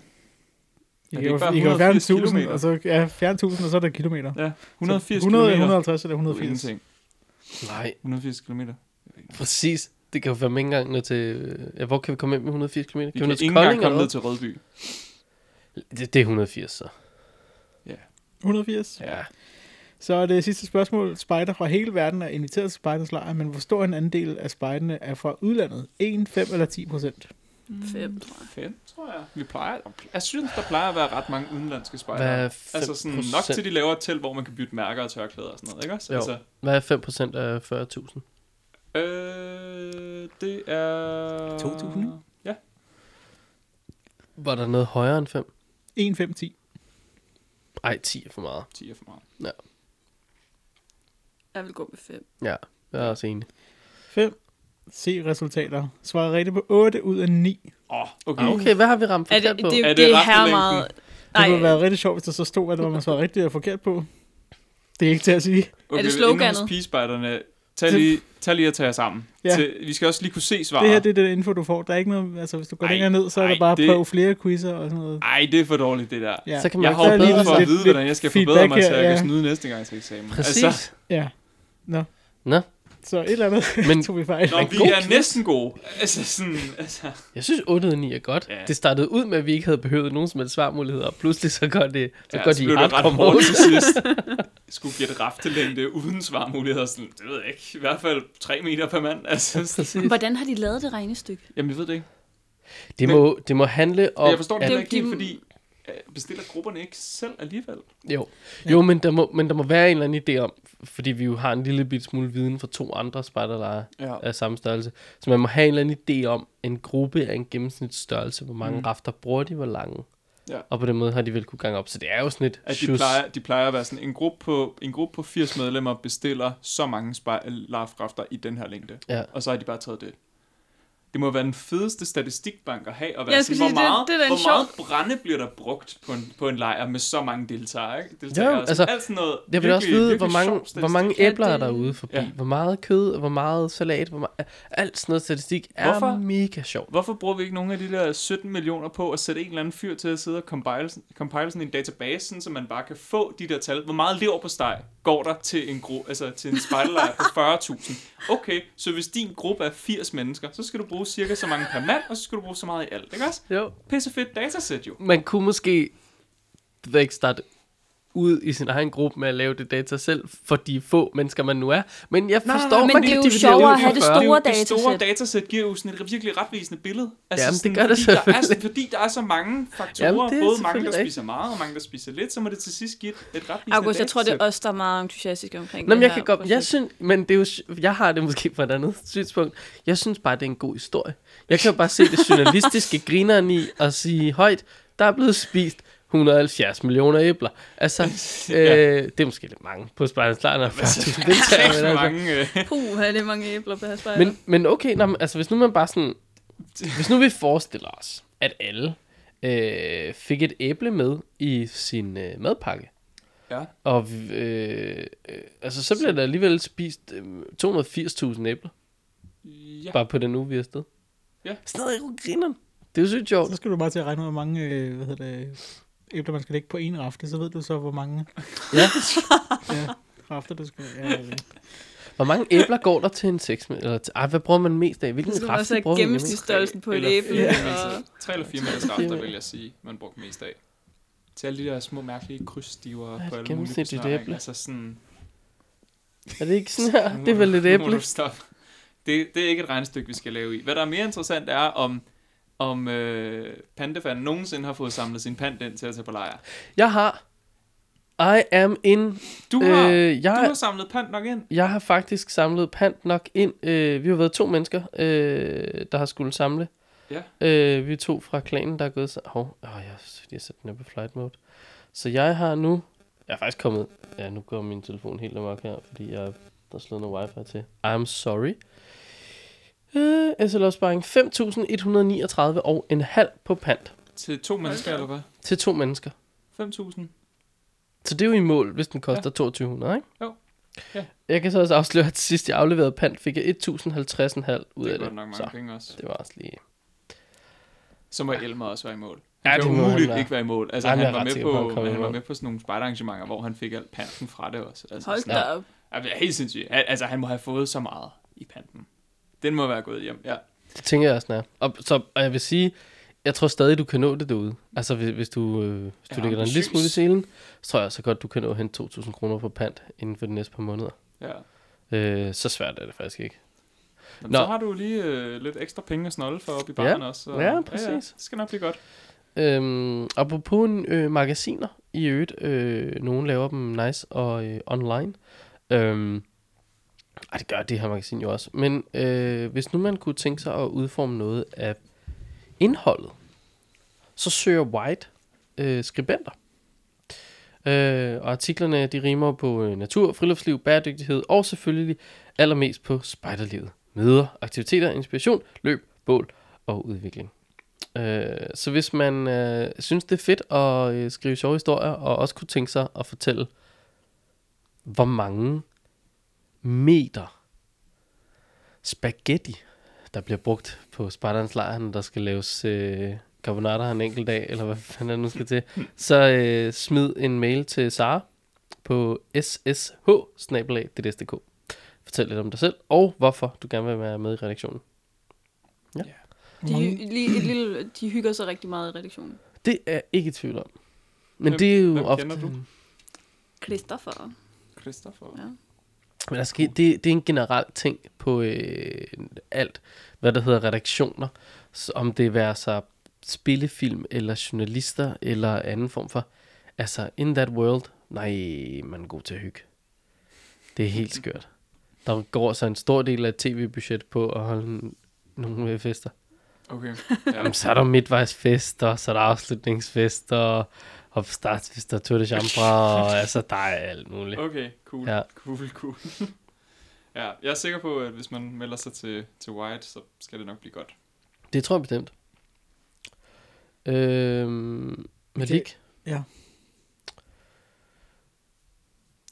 I Er kan det jo- ikke bare I kan jo fjerne 180 1.000, kilometer? og så, ja, fjerne 1.000, og så er der kilometer. Ja, Så 180 100, kilometer. 150 eller Det er jo 180. Ingenting. Nej, 180 kilometer. præcis. Det kan jo fandme ikke engang nå til... øh, Ja, hvor kan vi komme ind med 180 km? Vi Kan vi kan nå ikke til engang Kolding komme eller ned noget? til Rødby. Det, det er 180, så. Ja. 180. ja. Så er det sidste spørgsmål. Spejder fra hele verden er inviteret til spejders lejr, men hvor stor en andel af spejderne er fra udlandet? 1, 5 eller 10 procent? fem, tror jeg. Fem, tror jeg. Vi plejer, jeg synes, der plejer at være ret mange udenlandske Hvad spejdere. er 5%? Altså sådan, nok til de laver et telt, hvor man kan bytte mærker og tørklæder og sådan noget, ikke også? Jo. Altså, Hvad er 5% af 40.000? øh, det er... 2.000, ikke? Var der noget højere end 5? 1, 5, 10. Ej, 10 er for meget. 10 er for meget. Jeg vil gå med fem. Ja, jeg er også enig. 5. Se resultater. Svarer rigtigt på 8 ud af 9. Åh, oh, okay. Ah, okay, hvad har vi ramt Er forkert det, på? det, Er det, det det er her raftelængden? meget... Det ville Nej, være rigtig sjovt, hvis der så stod, at det var, man svarede rigtigt og forkert på. Det er ikke til at sige. okay det sloganet? Pigespejderne, tag lige, tag lige og tag jer sammen. Ja. Ja. Til, vi skal også lige kunne se svaret. Det her det er den info, du får. Der er ikke noget, altså hvis du går Ej, længere ned, så er der ej, bare det- prøv flere quizzer og sådan noget. Ej, det er for dårligt, det der. Ja. Så kan man Jeg jo har jo ikke Der brug er lige for bedre. at lidt- vide, lidt hvordan jeg skal forbedre feedback mig, så her, jeg kan ja. snyde næste gang til eksamen. Præcis. Altså, Ja. Nå. Nå, Så et eller andet Men- Men... tog vi fejl. Nå, Men vi god er quiz. næsten gode. Altså, sådan, altså. jeg synes 8 ud af 9 er godt. Ja. Det startede ud med, at vi ikke havde behøvet nogen som helst svarmuligheder, og pludselig så går det, så går de blev det ret hardcore hårdt mode. til sidst. Jeg skulle gætte raftelængde uden svarmuligheder. Sådan, det ved jeg ikke. I hvert fald 3 meter per mand. Altså, sådan. Præcis. hvordan har de lavet det regnestykke? Jamen, jeg ved det ikke. Det må, det må handle Og om... jeg forstår det at- heller ikke Det er helt, jo fordi øh, bestiller grupperne ikke selv alligevel. Jo, jo men, der må, men der må være en eller anden idé om, fordi vi jo har en lille bit smule viden fra to andre spejderlejre Ja. af samme størrelse, så man må have en eller anden idé om, en gruppe er en gennemsnitsstørrelse, hvor mange mm. Mm. rafter bruger de, hvor lange. Ja. Og på den måde har de vel kunne gange op, så det er jo sådan et At de sjus. plejer, de plejer at være sådan, en gruppe på, en gruppe på 80 medlemmer bestiller så mange spejl- larfrafter øh, i den her længde. Ja. Og så har de bare taget det. Det må være den fedeste statistikbank at have, og Jeg være skulle sådan, hvor sige, det- meget, det er da en hvor meget brænde bliver der brugt på en, på en lejr med så mange deltagere. Ikke? deltagere Jo, og altså, sådan, alt sådan noget, Jeg vil også virkelig- vide, hvor virkelig mange, sjov hvor statistik. mange Ja, æbler er det- der ude forbi. Ja. Hvor meget kød, hvor meget salat, hvor meget, alt sådan noget statistik er Hvorfor? mega sjovt. Hvorfor bruger vi ikke nogen af de der 17 millioner på at sætte en eller anden fyr til at sidde og compile, compile sådan en database, sådan, så man bare kan få de der tal? Hvor meget lever på steg går der til en, gru- altså, til en spejderlejr på 40.000? Okay, så hvis din gruppe er 80 mennesker, så skal du bruge cirka så mange per mand, og så skal du bruge så meget i alt, ikke også? Jo. Pisse fedt datasæt jo. Man kunne måske det ved jeg ikke starte ud i sin egen gruppe med at lave det data selv, for de få mennesker, man nu er. Men jeg nej, forstår, men man det kan er jo dividere sjovere ud at i have det 40. store Det, er jo- det store datasæt. datasæt giver jo sådan et virkelig retvisende billede. Altså, Jamen, det sådan, gør det fordi der er, sådan- selvfølgelig. fordi der er så mange faktorer, Jamen, det er både mange, der selvfølgelig spiser meget, og mange, der spiser lidt, så må det til sidst give et, et retvisende August, jeg tror, det datasæt. er os, der er meget entusiastiske omkring Nå, men det jeg her kan godt, jeg projekt. synes, men det er jo, sj- jeg har det måske fra et andet synspunkt. Jeg synes bare, det er en god historie. Jeg kan jo bare se det journalistiske grineren i og sige højt, der er blevet spist 170 millioner æbler. Altså, øh, det er måske lidt mange på Spejlens Lejr, når 40.000 deltagere. Rigtig men altså. mange, øh, Puh, her er det mange æbler på her spejder. Men, men okay, nå, men altså, hvis nu man bare sådan... Hvis nu vi forestiller os, at alle øh, fik et æble med i sin øh, madpakke, ja. og vi- øh, øh, altså, så bliver der alligevel spist øh, 280.000 æbler, Ja. bare på den uge, vi er afsted. Ja. Stadig jo grineren. Det er jo sygt sjovt. Så skal du bare til at regne ud, hvor mange øh, hvad hedder det, æbler, man skal lægge på en rafte, så ved du så, hvor mange Ja. ja, rafter du skal... Ja, ja. Hvor mange æbler går der til en seks? Eller til, ej, hvad bruger man mest af? det Hvilken skulle også rafte have bruger man mest gennemsnitsstørrelsen på et Eller æble. fire Og... meters- Tre eller fire meters Tre eller rafter, fire. vil jeg sige, man brugte mest af. Til alle de der små mærkelige krydsstiver et på alle mulige gennemsnitligt snøring. æble. Altså sådan... Er det ikke sådan her? Nu Det er må vel du- lidt nu må æble. du stoppe. Det, det er ikke et regnestykke, vi skal lave i. Hvad der er mere interessant er, om, om øh, pandefan nogensinde har fået samlet sin pand ind til at tage på lejr. Jeg har... I am in... Du har, Øh, jeg- du har samlet pand nok ind. Jeg har faktisk samlet pant nok ind. Øh, vi har været to mennesker, øh, der har skulle samle. Ja. Øh, vi er to fra klanen, der er gået... sa- Hov, oh, jeg synes, jeg satte den op på flight mode. Så jeg har nu... Jeg er faktisk kommet... Ja, nu går min telefon helt amok her, fordi jeg der er slået noget wifi til. I'm sorry. Øh, SL opsparing 5.139 og en halv på pant Til to mennesker, eller hvad? til to mennesker. 5.000. Så det er jo i mål, hvis den koster 2200, ikke? Jo. Ja. Jeg kan så også afsløre, at sidst jeg afleverede pant, fik jeg 1050,5 ud Det er af godt det. nok mange så penge også. det var også lige... Så må Elmer også være i mål. Ja, Han ja, det kan må han umuligt være. ikke være i mål. Altså, Ej, men han, jeg er var ret med sikker på, at han på, kommer i han var mål. med på sådan nogle spejderarrangementer, hvor han fik alt panten fra det også. Altså, Hold sådan- da op. Altså, det er helt sindssygt. Han, altså, han må have fået så meget i panten. Den må være gået hjem. Ja. Det tænker jeg også, den er. Og, så, og jeg vil sige, jeg tror stadig, du kan nå det derude. Altså, hvis, hvis du, øh, hvis du Ja, ja, lægger dig en lille ambitiøs. smule i selen, så tror jeg også godt, du kan nå at hente 2.000 kroner på pant inden for de næste par måneder. ja. Øh, så svært er det faktisk ikke. Nå. Nå. Så har du lige øh, lidt ekstra penge at snolde for op i baren også. Så, Ja, præcis. det skal nok blive godt. Øhm, apropos øh, magasiner i øvrigt, øh, nogen laver dem nice og øh, online. Øhm, ej, det gør det her magasin jo også. Men øh, hvis nu man kunne tænke sig at udforme noget af indholdet, så søger White øh, skribenter. Øh, og artiklerne, de rimer på øh, natur, friluftsliv, bæredygtighed og selvfølgelig allermest på spejderlivet. Møder, aktiviteter, inspiration, løb, bål og udvikling. Øh, så hvis man øh, synes, det er fedt at øh, skrive sjove historier, og også kunne tænke sig at fortælle, hvor mange meter spaghetti, der bliver brugt på Spartans lejr, når der skal laves øh, carbonater en enkelt dag, eller hvad fanden der nu skal til, så øh, smid en mail til Sara på ssh Fortæl lidt om dig selv, og hvorfor du gerne vil være med i redaktionen. De, lige, et lille, de hygger sig rigtig meget i redaktionen. Det er jeg ikke i tvivl om. Men Hvem- det er jo hvem ofte... kender du? Christoffer. Christoffer. Ja. Men der sker, det, det er en generel ting på øh, alt, hvad der hedder redaktioner. Så om det er så spillefilm, eller journalister, eller anden form for... Altså, in that world, nej, man er god til at hygge. Det er helt skørt. Der går så en stor del af tv-budget på at holde n- nogle øh, fester. Okay. Jamen, så er der midtvejsfester, så er der afslutningsfester, opstartsfester, tour de chambre, og altså, der er alt muligt. Okay, cool. Ja. Ja. Cool, cool. ja, jeg er sikker på, at hvis man melder sig til, til White, så skal det nok blive godt. Det tror jeg bestemt. Øhm, Malik? Det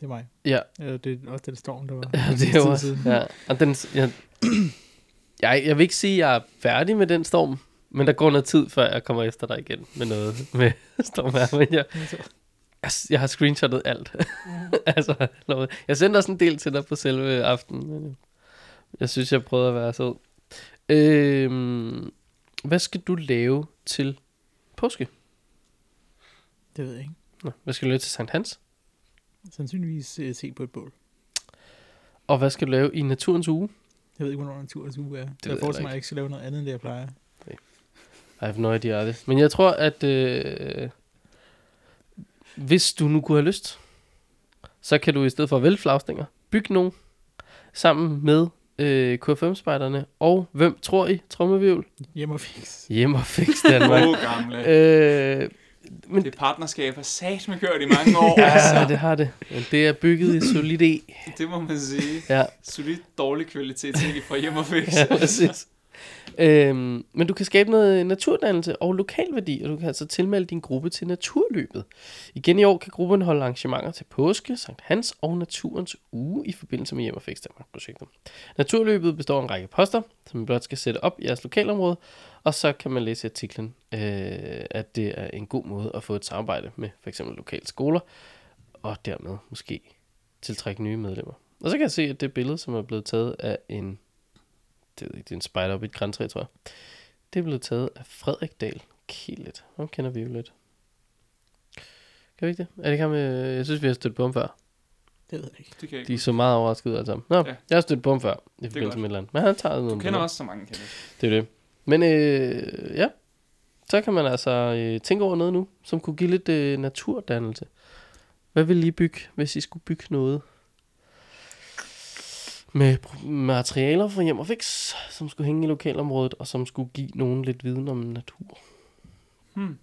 er mig. Ja. Eller det er også den storm, der var. Ja, for en det tid var siden. ja. Og den, jeg, jeg, jeg vil ikke sige, at jeg er færdig med den storm, men der går noget tid, før jeg kommer efter dig igen med noget med storm her. Men jeg, jeg, jeg har screenshotet alt. altså, lov. jeg sendte også en del til dig på selve aftenen. Men jeg synes, jeg prøvede at være sød. Øhm, hvad skal du lave til påske? Det ved jeg ikke. Nå, hvad skal du lave til Sankt Hans? Sandsynligvis øh, se på et bål. Og hvad skal du lave i naturens uge? Jeg ved ikke, hvornår naturens uge er. Det ved jeg jeg forestiller ikke. mig, at jeg ikke skal lave noget andet, end det jeg plejer. I have no idea det. Men jeg tror, at øh, hvis du nu kunne have lyst, så kan du i stedet for at vælge flagstænger, bygge nogen sammen med øh, KFM-spejderne og hvem tror I, trommevivl, Hjem og fix. hjem og fix Åh, Danmark. oh, gamle. øh, men, Det partnerskab har sat med kørt i mange år. ja, det har det. Men det er bygget i solid E. Det må man sige. Ja, Solidt dårlig kvalitet, ikke fra hjem og fix. ja præcis. Øhm, men du kan skabe noget naturdannelse og lokalværdi, og du kan altså tilmelde din gruppe til naturløbet. Igen i år kan gruppen holde arrangementer til påske, Sankt Hans og Naturens Uge i forbindelse med Hjem og Fix Danmark-projektet. Naturløbet består af en række poster, som man blot skal sætte op i jeres lokalområde, og så kan man læse i artiklen, øh, at det er en god måde at få et samarbejde med f.eks. lokale skoler, og dermed måske tiltrække nye medlemmer. Og så kan jeg se, at det billede, som er blevet taget af en det ved jeg ikke, det er en spider op i et græntræ, tror jeg. Det er blevet taget af Frederik Dahl Kielet. Ham kender vi jo lidt. Kan vi ikke det? Er det ikke ham, øh, jeg synes, vi har stødt på ham før. Det ved jeg ikke. Det kan jeg De ikke. er så meget overrasket ud alle sammen. Nå, ja. Ja. jeg har stødt på ham før, i godt. forbindelse med et eller andet. Men han tager noget. Du med kender mig. også så mange kender. Det er det. Men øh, ja, så kan man altså øh, tænke over noget nu, som kunne give lidt øh, naturdannelse. Hvad ville I bygge, hvis I skulle bygge noget? Med pro- materialer fra hjem og fix, som skulle hænge i lokalområdet, og som skulle give nogen lidt viden om natur. Hmm.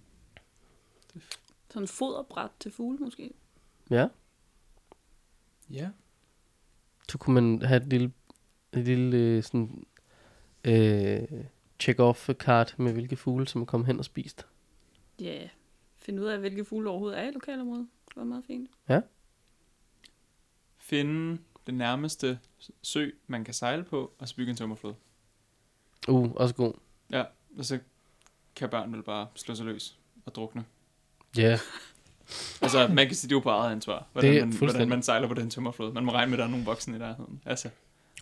Sådan en foderbræt til fugle måske. Ja, Ja. så kunne man have et lille, et lille øh, sådan, øh, check-off-kart med hvilke fugle, som er kommet hen og spist. Ja, yeah. finde ud af, hvilke fugle der overhovedet er i lokalområdet. Det var meget fint. Finde den nærmeste sø, man kan sejle på, og så bygge en tømmerflod. Uh, også god. Ja, og så kan børn vel bare slå sig løs og drukne. Ja, yeah. Altså, man kan sige, det er jo på eget ansvar, hvordan, Det er man, hvordan fuldstændig. man sejler på den tømmerflod. Man må regne med, at der er nogle voksne i nærheden. Altså,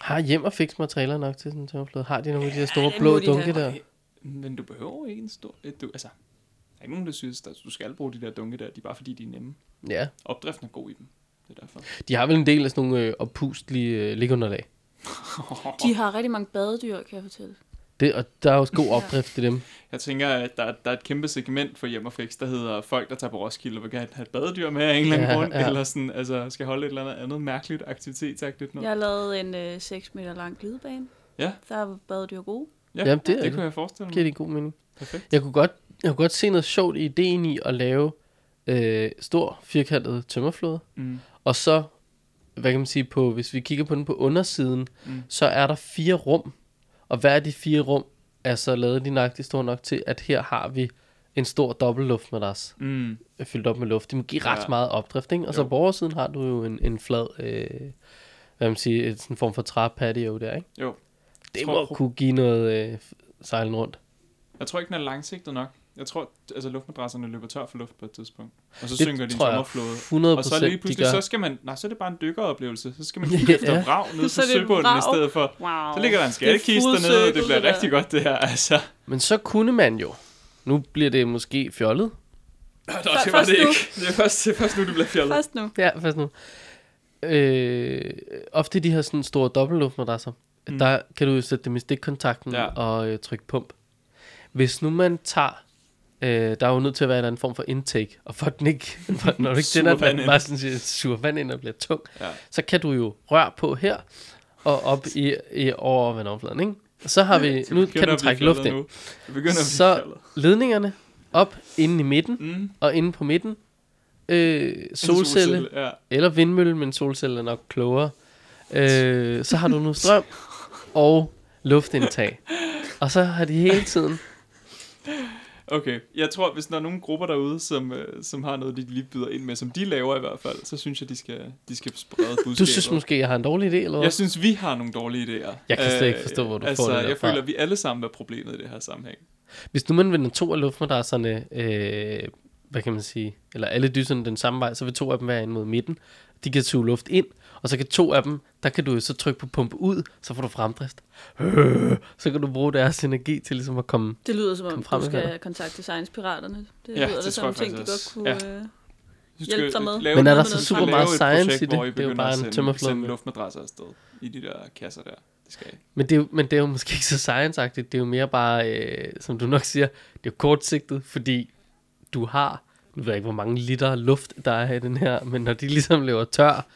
Har hjem og fix materialer nok til sådan en tømmerflod? Har de nogle af de der store det blå må de dunke have. der? Ej, men du behøver ikke en stor... et- Du, altså, der er ikke nogen, der synes, at du skal bruge de der dunke der. De er bare fordi, de er nemme. Ja, Opdriften er god i dem. Det er derfor. de har vel en del af sådan nogle øh, oppustelige øh, ligunderlag. De har rigtig mange badedyr, kan jeg fortælle. Det, og der er også god opdrift i dem. Jeg tænker, at der, er- der er et kæmpe segment for hjem og fix, der hedder folk, der tager på Roskilde og vil gerne have et badedyr med af en eller anden Ja, grund, ja. eller sådan, altså, skal holde et eller andet, andet mærkeligt aktivitetsagtigt No. noget. Jeg har lavet en øh, 6 meter lang glidebane. Ja. Der er badedyr gode. Jamen, det er det det. kunne jeg forestille Giver mig. det en god mening. Perfekt. Jeg kunne godt, jeg kunne godt se noget sjovt i ideen i at lave øh, stor firkantet tømmerflod. Mm. Og så, hvad kan man sige, på, hvis vi kigger på den på undersiden, Mm. mm. så er der fire rum. Og hver af de fire rum er så lavet lige nøjagtigt stor nok til, at her har vi en stor dobbeltluftmadras. Mm. fyldt op med luft. Det må give ret Ja. ja. meget opdrift, ikke? Og så Jo. på oversiden har du jo en, en flad, øh, hvad man siger, et, sådan en form for træpatio der, ikke? Jo. Det Tror må du- kunne give noget øh, sejlen rundt. Jeg tror ikke, den er langsigtet nok. Jeg tror, altså luftmadrasserne løber tør for luft på et tidspunkt. Og så Det synker de i tror jeg sommerflåde. 100 Og så lige procent, de pludselig, så gør. skal man... Nej, så er det bare en dykkeroplevelse. Så skal man Ja. kigge efter vrag nede Så på er det et søbunden i vrag. stedet for. Wow. Så ligger der en skattekiste full dernede, det circle, bliver det der. rigtig godt det her, altså. Men så kunne man jo, nu bliver det måske fjollet. Nå, det var først det nu. ikke. Det er først, det er først nu, det bliver fjollet. Først nu. Ja, først nu. Øh, ofte de her sådan store dobbeltluftmadrasser, Mm. mm. der kan du jo sætte dem i stikkontakten Ja. ja. og øh, trykke pump. Hvis nu man tager, øh, der er jo nødt til at være en eller anden form for intake, og for at den ikke, for, når du ikke Suger tænder vand den, ind. bare sådan siger, suger vand ind og bliver tung, Ja. så kan du jo røre på her og op i, i over vandoverfladen, ikke? Og så har vi, Det nu begynder kan den at blive trække luft fjollet ind. Nu. Det begynder at blive Så- fjollet. Ledningerne op inde i midten, Mm. og inde på midten, øh, solcelle, Ja. eller vindmølle, men solceller er nok klogere. Øh, så har du nu strøm og luftindtag. Og så har de hele tiden... Okay, jeg tror, hvis der er nogle grupper derude, som, øh, som har noget, de lige byder ind med, som de laver i hvert fald, så synes jeg, de skal, de skal sprede budskabet. Du synes måske, jeg har en dårlig idé, eller hvad? Jeg synes, vi har nogle dårlige idéer. Jeg kan slet ikke forstå, hvor du får altså, det jeg derfra. føler, at vi alle sammen er problemet i det her sammenhæng. Hvis nu man vender to af luftmadrasserne, øh, hvad kan man sige, eller alle dyserne den samme vej, så vil to af dem være ind mod midten. De kan suge luft ind, og så kan to af dem, der kan du jo så trykke på pumpe ud, så får du fremdrift. Øh, så kan du bruge deres energi til ligesom at komme... Det lyder som om, Kom frem du med skal kontakte Science Piraterne. Det Ja, lyder det tror da som jeg ting, du faktisk godt også. kunne... øh, Ja. Du Hjælp dig med. lave Men er der noget så med noget super meget frem- lave et science projekt, i det? hvor I Det er jo begynder bare at en sende- tømmerflåde. Sende luftmadrasser afsted i de der kasser der. Det skal I. Men det, er jo, men det er jo måske ikke så science-agtigt, det er jo mere bare, øh, som du nok siger, det er jo kortsigtet, fordi du har, nu ved jeg ikke, hvor mange liter luft, der er i den her, men når de ligesom løber tør,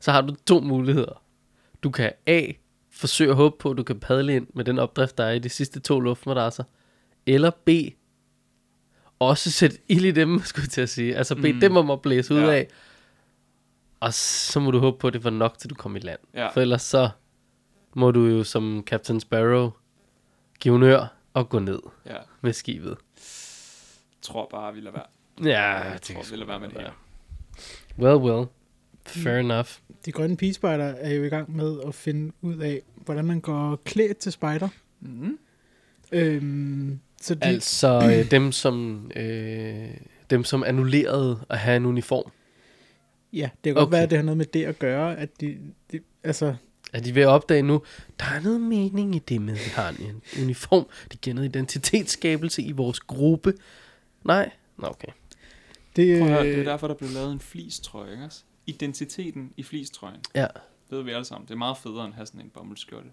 så har du to muligheder. Du kan A, forsøge at håbe på, at du kan padle ind med den opdrift, der er i de sidste to luftmadrasser, eller B, også sætte ild i dem, skulle jeg til at sige. Altså B, mm. dem om at blæse ud Ja. af, og så må du håbe på, at det var nok, til du kom i land. Ja. For ellers så må du jo som Captain Sparrow give en ør og gå ned Ja, med skibet. jeg tror bare, vi lader være. Ja, jeg tror, vi lader være med det her. Well, well. Fair enough. De grønne pigespejder er jo i gang med at finde ud af, hvordan man går klædt til spejder. Mm. Øhm, så de, altså. Altså øh, dem, som, øh, dem, som annullerede at have en uniform. ja, det kan godt Okay. være, at det har noget med det at gøre, at de, de altså, Er de ved at opdage nu, der er noget mening i det med, at vi har en uniform. Det giver noget identitetsskabelse i vores gruppe. Nej? Nå, okay. det, Prøv at høre, det er øh, derfor, der blev lavet en flistrøje, ikke også? Identiteten i flistrøjen. Ja. Det ved vi alle sammen. Det er meget federe, end at have sådan en bomuldskjorte.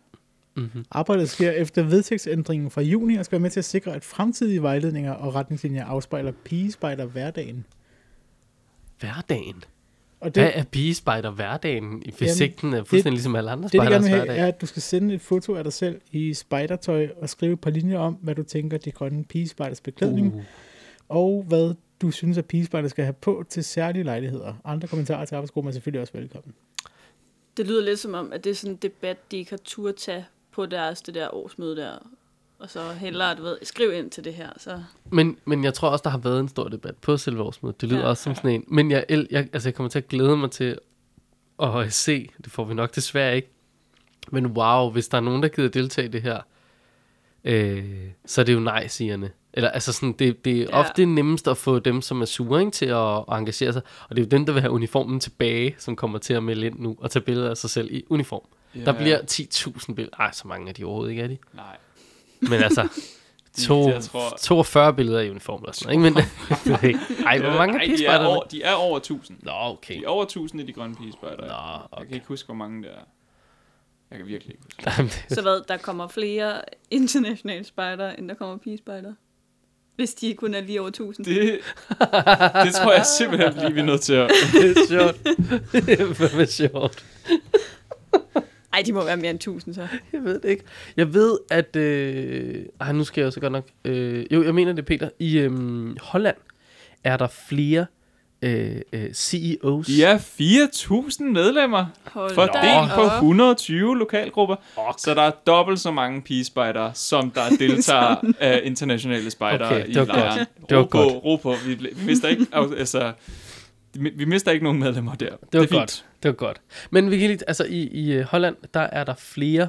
Mm-hmm. arbejdet sker efter vedtægtsændringen fra juni, og skal være med til at sikre, at fremtidige vejledninger og retningslinjer afspejler pigespejder hverdagen. Hverdagen. Og det, Hvad er pigespejder hverdagen? I Fysikten er det- fuldstændig ligesom alle andre det, de gerne spejders vil have, hverdag. er, at du skal sende et foto af dig selv i spejdertøj og skrive et par linjer om, hvad du tænker, de grønne pigespejders beklædning Uh. og hvad du synes, at pigespejder skal have på til særlige lejligheder. Andre kommentarer til arbejdsgruppen er selvfølgelig også velkommen. Det lyder lidt som om, at det er sådan en debat, de ikke har tur tage på deres det der årsmøde der. Og så hellere, du ved, skriv ind til det her. Så. Men, men jeg tror også, der har været en stor debat på selve årsmødet. Det lyder ja, Ja. også som sådan en. Men jeg, el- jeg, altså, jeg kommer til at glæde mig til at se. Det får vi nok desværre ikke. Men wow, hvis der er nogen, der gider deltage i det her, øh, så er det jo nej-sigerne. Eller altså sådan, det, det er ja. Ja. ofte nemmest at få dem, som er sure ikke, til at, at engagere sig. Og det er jo dem, der vil have uniformen tilbage, som kommer til at melde ind nu og tage billeder af sig selv i uniform. Ja. Yeah. Der bliver 10.000 billeder. Ej, så mange er de overhovedet ikke, er de? Nej. Men altså, to, Jeg tror- 42 billeder i uniform eller sådan noget, ikke? Men, ej, hvor mange Ej, er de er, pigespejder? over, de er over 1000. Nå, Okay. okay. De er over 1000 i de grønne pigespejder. Nå, Jeg kan okay. ikke huske, hvor mange der er. Jeg kan virkelig ikke huske. Jamen, det- så hvad, der kommer flere internationale spejdere, end der kommer pigespejder. Hvis de kun er lige over 1000. Det, det tror jeg simpelthen lige, vi er nødt til at... Det er sjovt. Det er sjovt. Ej, de må være mere end 1000 så. Jeg ved det ikke. Jeg ved, at... Øh, ej, nu skal jeg også godt nok... Øh, jo, jeg mener det, Peter. I øh, Holland er der flere øh, øh, CEOs. De er 4.000 medlemmer, Hold fordelt da på op. 120 lokalgrupper. Ok. Så der er dobbelt så mange pigespejdere, som der deltager af internationale spejdere Okay, i det var lejren. godt. Det var ro på, ro på. Vi, bl- vi mister ikke, au- altså, vi mister ikke nogen medlemmer der. det var er det fint. godt. Det var godt. Men vi kan lige, altså i, i øh, Holland, der er der flere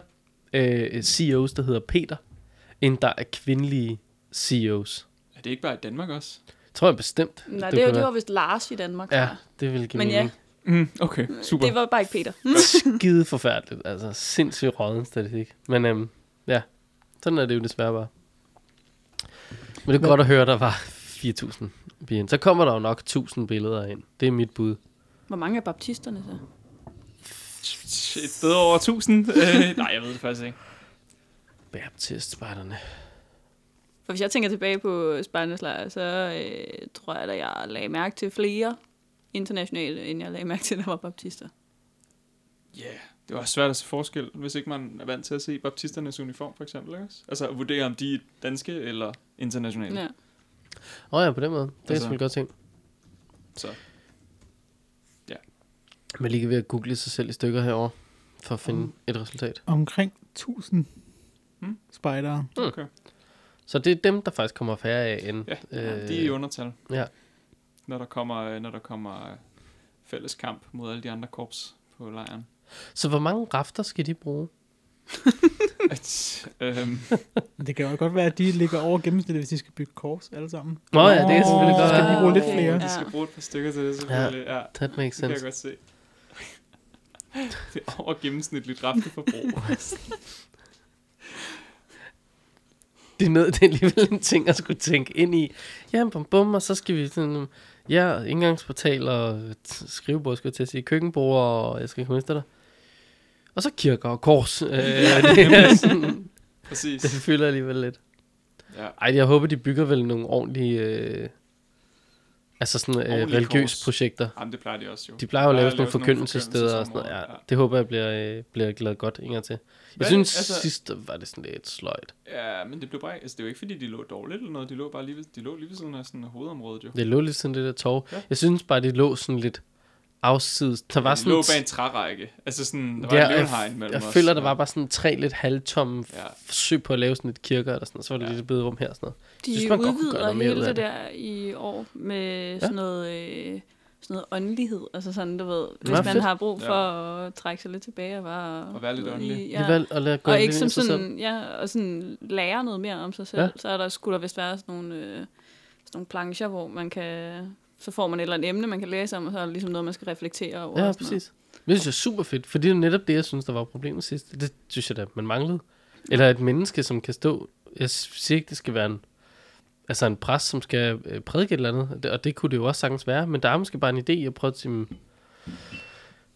øh, CEOs, der hedder Peter, end der er kvindelige CEOs. Er det ikke bare i Danmark også? Tror jeg bestemt. Nej, at det, var, kunne det var være- vist Lars i Danmark. Ja, tror det ville give jeg. Men ja, mening. Mm, okay, super. det var bare ikke Peter. Skide forfærdeligt. Altså, sindssygt råden statistik. Men øhm, ja, sådan er det jo desværre bare. Men det er Men- godt at høre, der var 4.000 pigen. Så kommer der jo nok 1.000 billeder ind. Det er mit bud. Hvor mange er baptisterne så? Et sted over 1000? Øh, nej, jeg ved det faktisk ikke. Baptist-spejderne. For hvis jeg tænker tilbage på Spejdernes Lejr, så øh, tror jeg, at jeg lagde mærke til flere internationale, end jeg lagde mærke til, at der var baptister. Ja, yeah. det var svært at se forskel, hvis ikke man er vant til at se baptisternes uniform, for eksempel. Ikke? også? Altså at vurdere, om de er danske eller internationale. Ja. Åh oh ja, på den måde. Det er Altså- selvfølgelig godt ting. Så Man er lige ved at google sig selv i stykker herover for at finde et resultat. Omkring 1000 Mm. Spejdere. Okay. Så det er dem, der faktisk kommer færre af end... Ja, øh, de er i undertal, Ja, når der kommer, når der kommer øh, fælles kamp mod alle de andre korps på lejren. så hvor mange rafter skal de bruge? At, øhm, Men det kan jo godt være, at de ligger over gennemsnittet, hvis de skal bygge kors alle sammen. Nå ja, det er selvfølgelig Åh, godt. så skal ja. de bruge lidt flere. De skal bruge et par stykker til det, selvfølgelig. Ja, ja That makes det kan jeg sense. godt se. det er over gennemsnitligt rafteforbrug. Det er, noget, det er alligevel en ting at skulle tænke ind i. Jamen, bum, bum, og så skal vi sådan... øhm, Ja, indgangsportal og t- skrivebord, skulle jeg til at sige, køkkenbord, og jeg skal komme efter dig. Og så kirker og kors. Øh, det, er sådan, Præcis. det fylder alligevel lidt. Ja. Ej, jeg håber, de bygger vel nogle ordentlige... Øh, altså sådan øh, Ordentlige religiøse kors. projekter. Jamen, det plejer de også jo. De plejer jo at Plejer lave sådan nogle at lave sådan nogle forkyndelsessteder og sådan noget. Ja, forkyndelsesområder, ja. det håber jeg bliver, øh, bliver glad godt, Inger, til. Jeg Hvad- synes, altså- altså... sidst var det sådan lidt sløjt. Ja, men det blev bare... Altså, det var ikke, fordi de lå dårligt eller noget. De lå bare lige ved, de lå lige ved siden af sådan hovedområdet, jo. Det lå lidt sådan det der tov. Ja. Ja. Jeg synes bare, det lå sådan lidt afsides. Der var de sådan... lå bag en trærække. Altså sådan, der var Ja, ja, en løvenhegn jeg, mellem jeg os. føler, der Ja. var bare sådan tre lidt halvtomme Ja. ja. forsøg på at lave sådan et kirker eller sådan, så var der Ja. ja. lidt bedre rum her og sådan noget. De synes, synes, man godt kunne gøre udvider noget mere hele ud af det der i år med sådan noget, øh, sådan noget åndelighed. Altså sådan, du ved, hvis Ja, man fedt. har brug for Ja. at trække sig lidt tilbage og bare... Og være lidt ud i- åndelig. Ja. Det valg at lade gå og lidt ikke ind i som sig selv. sådan, ja, og sådan lære noget mere om sig selv. Ja. Ja. Så er der, skulle der vist være sådan nogle, øh, sådan nogle plancher, hvor man kan, så får man et eller andet emne, man kan læse om, og så er der ligesom noget, man skal reflektere over. Ja, og sådan noget. præcis. Det synes jeg er super fedt, for det er jo netop det, jeg synes, der var problemet sidst. Det synes jeg da, man manglede. Eller et menneske, som kan stå... Jeg siger ikke, det skal være en, altså en præst, som skal øh, prædike et eller andet, og det- og det kunne det jo også sagtens være, men der er måske bare en idé i at prøve at sige, "Men,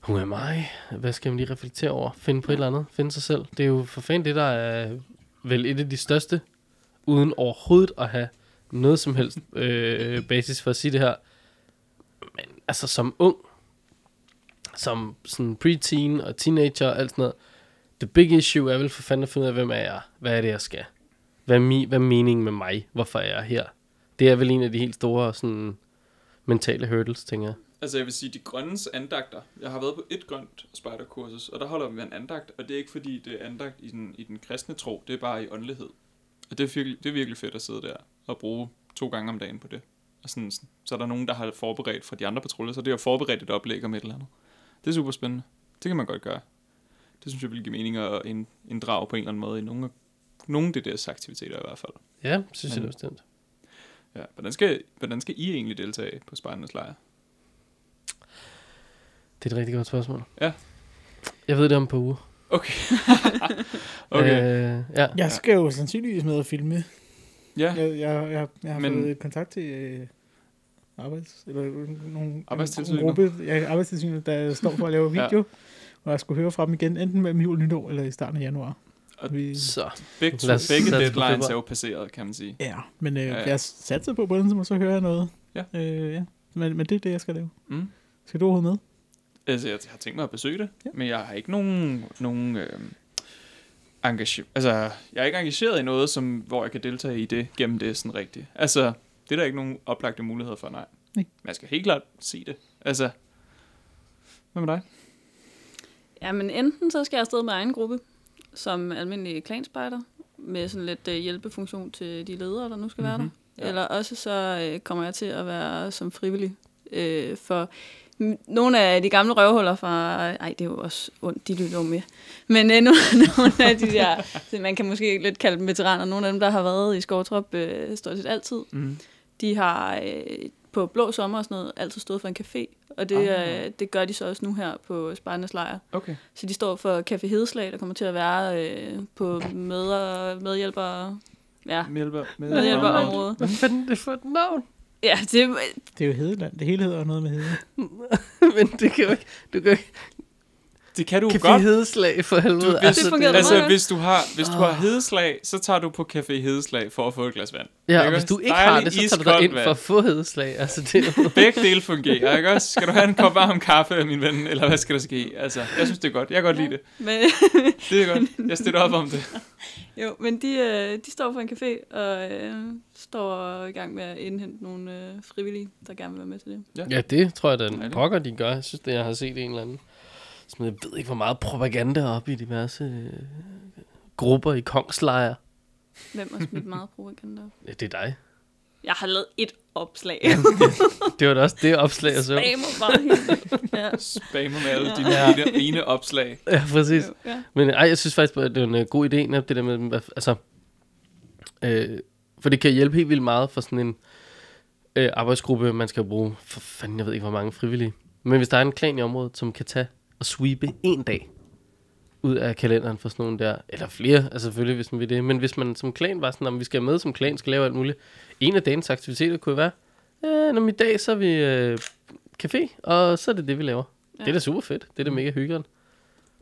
hun er mig, hvad skal man lige reflektere over? Finde på et eller andet, finde sig selv. Det er jo for fanden det, der er vel et af de største, uden overhovedet at have noget som helst øh, basis for at sige det her. Men altså som ung, som sådan preteen og teenager og alt sådan noget, the big issue er vel for fanden at finde ud af, hvem er jeg? Hvad er det, jeg skal? Hvad er, mi, hvad er meningen med mig? Hvorfor er jeg her? Det er vel en af de helt store sådan, mentale hurdles, tænker jeg. Altså jeg vil sige, de grønnes andagter. Jeg har været på et grønt spejderkursus, og der holder man en andagt, og det er ikke fordi, det er andagt i den, i den kristne tro, det er bare i åndelighed. Og det er, virkelig, det er virkelig fedt at sidde der og bruge to gange om dagen på det. Og sådan, så er der nogen, der har forberedt fra de andre patruljer, så det er at forberede et oplæg om et eller andet. Det er super spændende. Det kan man godt gøre. Det synes jeg vil give mening at ind- inddrage på en eller anden måde i nogle af, nogle af de deres aktiviteter i hvert fald. Ja, synes Men- jeg det er bestemt. Ja, hvordan skal, hvordan skal I egentlig deltage på spejdernes lejr? Det er et rigtig godt spørgsmål. Ja. Jeg ved det om på uge. Okay. okay. Øh, ja. Jeg skal jo sandsynligvis med at filme. ja. Jeg, jeg, jeg, jeg har Men- Men... fået kontakt til øh, arbejds... Eller øh, nogle, Arbejdstilsynet. en gruppe, ja, arbejdstilsynet, der står for at lave Ja. video. Og jeg skulle høre fra dem igen, enten mellem jul og nytår, eller i starten af januar. Og- Vi, Så. Begge, to, Lad os- begge lad os deadlines prøve. er jo passeret, kan man sige. ja, men øh, Ja, ja. jeg satser på, på den, så må så høre jeg noget. Ja. Øh, ja. Men, men det er det, jeg skal lave. Mm. Skal du overhovedet med? Altså, jeg har tænkt mig at besøge det, ja. Ja. men jeg har ikke nogen... nogen øh, engage, altså, jeg er ikke engageret i noget, som, hvor jeg kan deltage i det gennem det sådan rigtigt. Altså, det er der ikke nogen oplagte muligheder for, nej. Nej. Men jeg skal helt klart se det. Altså, hvad med dig? Ja, men enten så skal jeg afsted med egen gruppe, som almindelig klanspejder, med sådan lidt øh, hjælpefunktion til de ledere, der nu skal mm-hmm. være der. Ja. Eller også så øh, kommer jeg til at være som frivillig øh, for m- nogle af de gamle røvhuller fra... Ej, det er jo også ondt, de lytter jo med. Men øh, nogle, nogle af de der... så Man kan måske lidt kalde dem veteraner. Nogle af dem, der har været i Skovtrop øh, stort set altid. Mm. De har øh, på Blå Sommer og sådan noget altid stået for en café. Og det, Ah. øh, det gør de så også nu her på Sparnes Lejr. Okay. Så de står for Café Hedeslag, der kommer til at være øh, på med medhjælpere. Ja, Medhjælper, medhjælperområdet. Hvad fanden er det for et navn? Ja, det, Det er jo Hedeland. Det hele hedder noget med Hede. Men det kan jo ikke... Du kan jo ikke Det kan du jo kan godt. hedeslag for helvede. Du- det fungerede er- meget Altså, godt. hvis du har, hvis du har hedeslag, så tager du på Café Hedeslag for at få et glas vand. Ja, og Ikke hvis også? du ikke har Dejlig det, så tager du dig iskoldt ind for vand. at få hedeslag. Altså, det er jo... Begge dele fungerer, ikke også? Skal du have en kop varm kaffe, min ven, eller hvad skal der ske? Altså, jeg synes, det er godt. Jeg kan godt lide det. men, Det er godt. Jeg støtter op om det. jo, men de, øh, de står for en café og øh, står i gang med at indhente nogle øh, frivillige, der gerne vil være med til det. Ja, det tror jeg da Dejligt. pokker, de gør. Jeg synes, det jeg har set en eller anden. Som jeg ved ikke, hvor meget propaganda er oppe i diverse øh, grupper i Kongslejr. Hvem har smidt meget provikan der? Ja, det er dig. Jeg har lavet et opslag. Det var da også det opslag, jeg så. Spammer bare. ja. Spammer med alle dine Ja. ene, ene opslag. Ja, præcis. Jo, ja. Men ej, jeg synes faktisk, at det er en øh, god idé, netop det der med, hvad- altså, øh, for det kan hjælpe helt vildt meget for sådan en øh, arbejdsgruppe, man skal bruge, for fanden, jeg ved ikke, hvor mange frivillige. Men hvis der er en klan i området, som kan tage og sweepe en dag ud af kalenderen for sådan nogle der, eller flere, altså selvfølgelig, hvis man vil det, men hvis man som klan var sådan, om vi skal med som klan, skal lave alt muligt, en af dagens aktiviteter kunne være, øh, når i dag, så er vi øh, café, og så er det det, vi laver. Ja. Det er da super fedt. Det er da mega hyggeligt.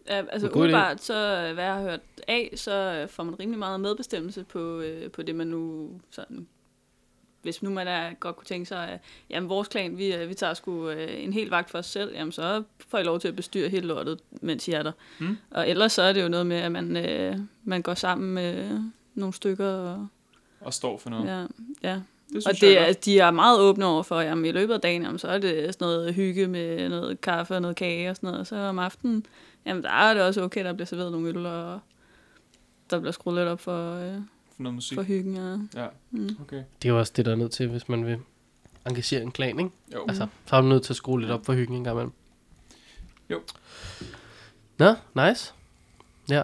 Ja, altså En god idé. umiddelbart, så øh, hvad jeg har hørt af, så øh, får man rimelig meget medbestemmelse på, øh, på det, man nu sådan... Hvis nu man er, godt kunne tænke sig, at jamen, vores klan, vi, øh, vi tager sgu øh, en hel vagt for os selv, jamen, så får I lov til at bestyre hele lortet, mens I er der. Mm. Og ellers så er det jo noget med, at man, øh, man går sammen med nogle stykker. Og, Og står for noget. Ja. ja, ja. Det synes Og jeg det, er er, de er meget åbne over for, jamen i løbet af dagen, jamen, så er det sådan noget hygge med noget kaffe og noget kage og sådan noget. Og så om aftenen, jamen der er det også okay, der bliver serveret nogle øl, og der bliver skruet lidt op for, øh, godt for noget musik. for hyggen. Og, Ja, mm. okay. Det er jo også det, der er nødt til, hvis man vil engagere en klan, ikke? Jo. Altså, så er man nødt til at skrue lidt op for hyggen en gang imellem. Jo. Nå, nice. Ja,